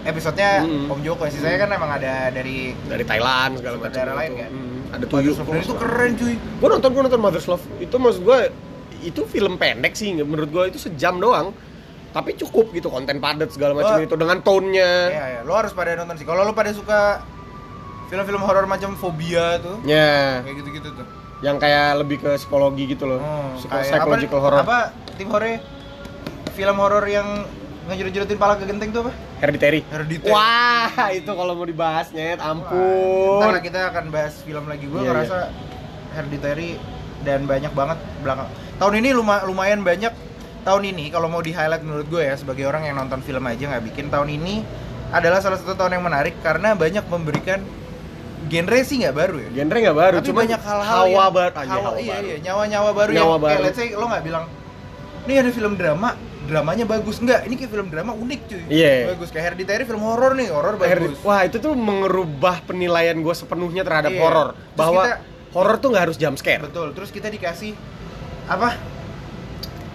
S1: Episodenya
S2: Hmm.
S1: Om Joko, sih saya kan emang ada dari
S2: Dari Thailand segala macam.
S1: Saudara lain
S2: gitu.
S1: kan?
S2: Hmm, ada tuyul.
S1: Mother's Love. Dan itu keren cuy.
S2: Gue nonton, gue nonton Mother's Love. Itu maksud gue itu film pendek sih nggak- menurut gue itu sejam doang. Tapi cukup gitu konten padat segala
S1: Oh.
S2: macam itu dengan tone-nya.
S1: Iya, iya. Lo harus pada nonton sih. Kalau lo pada suka film-film horor macam fobia tuh,
S2: Ya,
S1: kayak gitu-gitu tuh.
S2: yang kayak lebih ke psikologi gitu loh.
S1: Hmm,
S2: Psiko-
S1: kayak
S2: psychological
S1: apa-
S2: horror.
S1: Apa tim horornya? film horor yang ngejodoh-jodohin pala ke genteng tuh apa?
S2: Hereditary.
S1: Hereditary.
S2: Wah, itu kalau mau dibahas, Nyet,
S1: Wah, Ntar
S2: ampun.
S1: kita akan bahas film lagi. Gue
S2: Iya,
S1: ngerasa Hereditary dan banyak banget belakang. Tahun ini luma- lumayan banyak. Tahun ini kalau mau di highlight menurut gue ya sebagai orang yang nonton film aja nggak bikin tahun ini adalah salah satu tahun yang menarik karena banyak memberikan genre sih nggak baru ya.
S2: Genre nggak baru,
S1: Tapi
S2: cuma
S1: banyak hal-hal
S2: hawa
S1: yang-
S2: baru, aja,
S1: hawa-
S2: hawa
S1: iya,
S2: baru.
S1: iya, nyawa-nyawa baru
S2: Nyawa
S1: yang kayak
S2: baru.
S1: let's say lo nggak bilang ini ada film drama dramanya bagus enggak ini kayak film drama unik cuy
S2: Iya.
S1: bagus kayak Hereditary film horor nih horor
S2: Herdi-
S1: bagus
S2: Wah, itu tuh mengerubah penilaian gue sepenuhnya terhadap
S1: Iya.
S2: horor.
S1: Terus
S2: Bahwa
S1: kita-
S2: horor tuh nggak harus jump scare.
S1: betul terus kita dikasih apa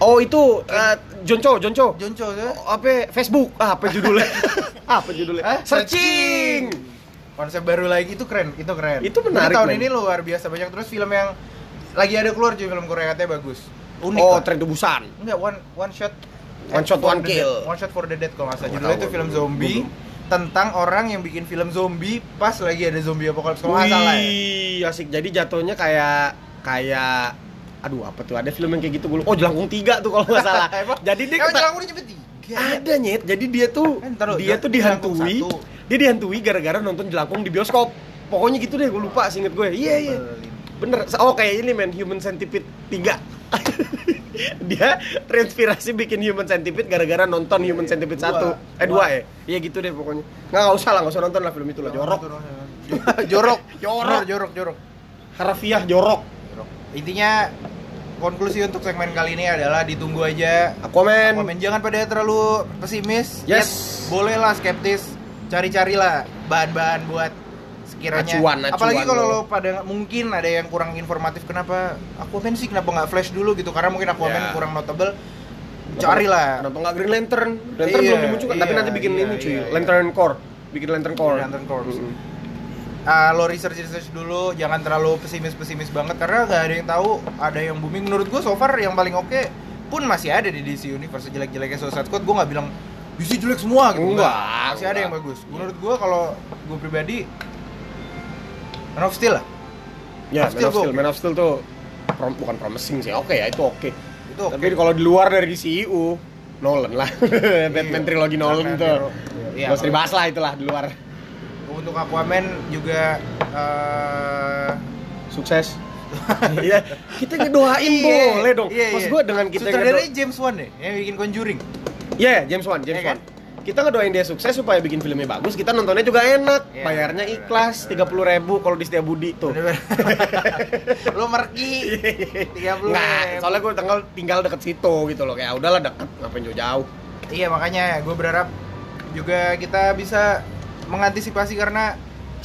S2: Oh, itu eh, Jonco, Jonco.
S1: Jonco ya?
S2: Oh, apa Facebook? Ah, apa judulnya? apa judulnya?
S1: Hah?
S2: Searching.
S1: konsep baru lagi itu keren itu keren
S2: Itu menarik,
S1: Jadi tahun
S2: men.
S1: ini luar biasa banyak terus film yang lagi ada keluar juga film Korea katanya bagus unik
S2: Oh,
S1: lah.
S2: tren Busan.
S1: enggak one one shot
S2: One shot,
S1: for
S2: one
S1: the
S2: kill.
S1: dead. one shot for the dead kalau nggak salah
S2: Nggak
S1: judulnya
S2: tahu,
S1: itu film
S2: gua belum-
S1: zombie
S2: gua
S1: tentang orang yang bikin film zombie pas lagi ada zombie apocalypse kalau nggak salah ya
S2: Wih, asik. Jadi jatuhnya kayak kayak aduh apa tuh ada film yang kayak gitu gue lupa. oh jelangkung tiga tuh kalau nggak salah
S1: Emang-
S2: jadi dia
S1: emang
S2: keta-
S1: jalan udah nyebut tiga
S2: ada nyet jadi dia tuh
S1: Kan, taruh,
S2: dia
S1: Jel-
S2: tuh
S1: Jelangkung
S2: dihantui
S1: satu.
S2: dia dihantui gara-gara nonton jelangkung di bioskop pokoknya gitu deh gue lupa singkat gue iya iya
S1: Nyebelin.
S2: bener oh kayak ini men human centipede 3 dia terinspirasi bikin human centipede gara-gara nonton human centipede
S1: Iya, Dua.
S2: 1 eh
S1: Dua.
S2: 2 ya iya gitu deh pokoknya nggak nggak usah lah nggak usah nonton lah film itu lah jorok
S1: jorok
S2: Jorok.
S1: jorok jorok jorok
S2: harafiah jorok
S1: Intinya konklusi untuk segmen kali ini adalah ditunggu aja.
S2: Aquaman.
S1: Komen jangan pada terlalu pesimis.
S2: Yes.
S1: bolehlah skeptis. Cari-carilah bahan-bahan buat sekiranya.
S2: Acuan, acuan
S1: Apalagi kalau lo
S2: lo.
S1: pada mungkin ada yang kurang informatif kenapa Aquaman sih kenapa nggak flash dulu gitu karena mungkin Aquaman
S2: Ya.
S1: kurang notable. Carilah.
S2: Kenapa nggak Green Lantern? Lantern
S1: Iya,
S2: belum dimunculkan, tapi
S1: iya,
S2: nanti bikin
S1: iya,
S2: ini cuy,
S1: iya, iya.
S2: Lantern Core, bikin Lantern Core.
S1: Lantern Corps.
S2: Mm-mm.
S1: Ah, lo research research dulu, jangan terlalu pesimis pesimis banget karena nggak ada yang tahu ada yang booming. Menurut gue so far yang paling oke pun masih ada di DC Universe jelek jeleknya Suicide Squad. Gue nggak bilang DC jelek semua gitu.
S2: Enggak,
S1: masih ada
S2: enggak.
S1: yang bagus. Menurut gue kalau gue pribadi Man of Steel lah,
S2: Ya,
S1: Man of
S2: Man of
S1: Steel
S2: Steel,
S1: gua-
S2: Man of Steel tuh prom- bukan promising sih, oke ya itu oke.
S1: itu oke.
S2: Tapi kalau di luar dari DCU, Nolan lah,
S1: Iya.
S2: Batman trilogi
S1: Batman
S2: Nolan tuh.
S1: trilogi. Iya.
S2: Gak usah dibahas lah itulah di luar.
S1: Untuk Aquaman juga eh,
S2: Sukses. Iya, kita ngedoain boleh dong.
S1: Iya,
S2: Mas
S1: iya.
S2: gua dengan kita
S1: Sutradaranya
S2: ngedo-
S1: James Wan deh yang bikin Conjuring.
S2: Iya, James Wan, James
S1: Iya kan?
S2: Wan. Kita ngedoain dia sukses supaya bikin filmnya bagus, kita nontonnya juga enak,
S1: Iya.
S2: bayarnya ikhlas, 30.000 kalau di setiap budi tuh.
S1: lo merki 30
S2: Iya, Nggak,
S1: ribu.
S2: soalnya gue tinggal tinggal deket situ gitu loh kayak udahlah deket ngapain jauh-jauh
S1: Iya makanya gue berharap juga kita bisa mengantisipasi karena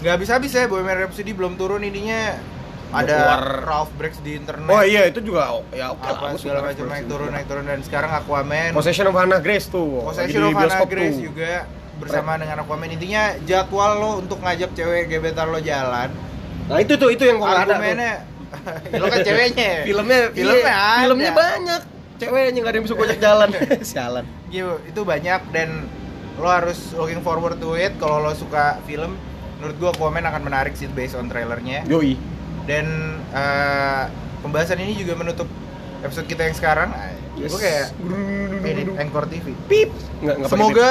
S1: nggak habis-habis ya Bohemian Rhapsody belum turun ininya
S2: Udah
S1: ada
S2: keluar.
S1: Ralph breaks di internet
S2: oh iya itu juga oh, ya oke lah
S1: apa
S2: gua
S1: segala
S2: suka
S1: macam naik
S2: Revolution
S1: turun
S2: juga.
S1: naik turun dan sekarang Aquaman
S2: Possession of Hannah Grace tuh
S1: Possession
S2: lagi
S1: of
S2: di
S1: Hannah
S2: bioskop
S1: Grace
S2: tuh.
S1: juga bersama dengan Aquaman intinya jadwal lo untuk ngajak cewek gebetan lo jalan
S2: nah itu tuh itu yang gua nggak ada tuh.
S1: argumennya lo kan ceweknya ya?
S2: filmnya
S1: filmnya
S2: iya,
S1: ada.
S2: filmnya banyak ceweknya nggak ada yang bisa gojek jalan sialan
S1: Gitu, itu banyak dan lo harus looking forward to it kalau lo suka film menurut gua Aquaman akan menarik sih based on trailernya
S2: yoi
S1: dan eh, pembahasan ini juga menutup episode kita yang sekarang Gue
S2: Yes.
S1: kayak edit
S2: Grrrr.
S1: Anchor TV
S2: pip nggak nggak pakai pip.
S1: semoga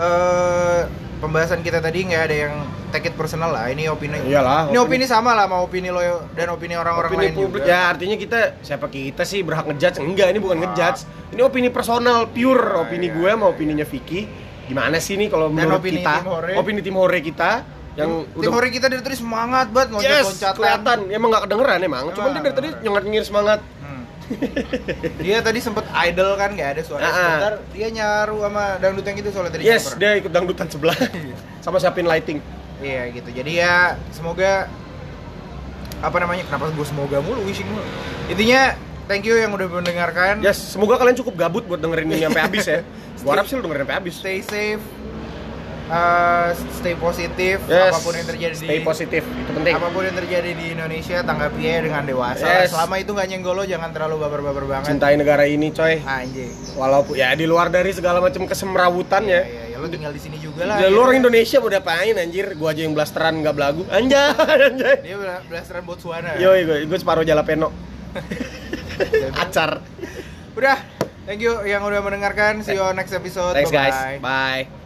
S1: eh, pembahasan kita tadi nggak ada yang take it personal lah ini opini
S2: Iyalah,
S1: ini opini
S2: opini.
S1: sama lah sama opini lo dan opini orang-orang
S2: opini
S1: lain
S2: publik
S1: juga
S2: ya artinya kita siapa kita sih berhak ngejudge enggak ini bukan
S1: Ah.
S2: ngejudge ini opini personal pure
S1: Ah, iya,
S2: opini gue sama
S1: iya,
S2: opininya Vicky gimana sih nih kalau
S1: Dan
S2: menurut
S1: opini
S2: kita
S1: tim Hore.
S2: opini tim hore kita yang
S1: tim Hori kita dari tadi semangat banget
S2: yes
S1: loncat-loncatan Ah.
S2: kelihatan emang nggak kedengeran emang cuman
S1: Emang
S2: dia dari tadi
S1: nggak
S2: nyengat nyengir semangat
S1: Hmm. dia tadi sempet idle kan nggak ada suara
S2: Ah, ah.
S1: sebentar dia nyaru sama dangdut yang itu soalnya tadi
S2: yes
S1: cover.
S2: dia ikut dangdutan sebelah sama siapin lighting
S1: iya gitu jadi ya semoga apa namanya kenapa gue semoga mulu wishing mulu intinya thank you yang udah mendengarkan
S2: yes semoga kalian cukup gabut buat dengerin ini sampai habis ya gue harap sih lu dengerin sampai habis
S1: stay safe uh, stay positif
S2: yes
S1: apapun yang terjadi di
S2: stay positif itu penting
S1: apapun yang terjadi di Indonesia tanggapi aja dengan dewasa
S2: Yes.
S1: selama itu nggak nyenggol lo jangan terlalu baper-baper banget Ah,
S2: cintai negara ini coy
S1: anjing
S2: walaupun ya di luar dari segala macam kesemrawutan
S1: ya,
S2: ya,
S1: ya, ya, lo tinggal di sini juga lah iya. gitu.
S2: Ya lu orang
S1: akhirnya.
S2: Indonesia mau diapain anjir? Gua aja yang blasteran nggak belagu. Anjay, anjay.
S1: dia bela- belasteran Botswana
S2: Yoi, gua, gua separuh jalapeno.
S1: Jadi,
S2: Acar.
S1: udah thank you yang udah mendengarkan see you on next episode
S2: Thanks guys.
S1: Bye-bye.
S2: Bye.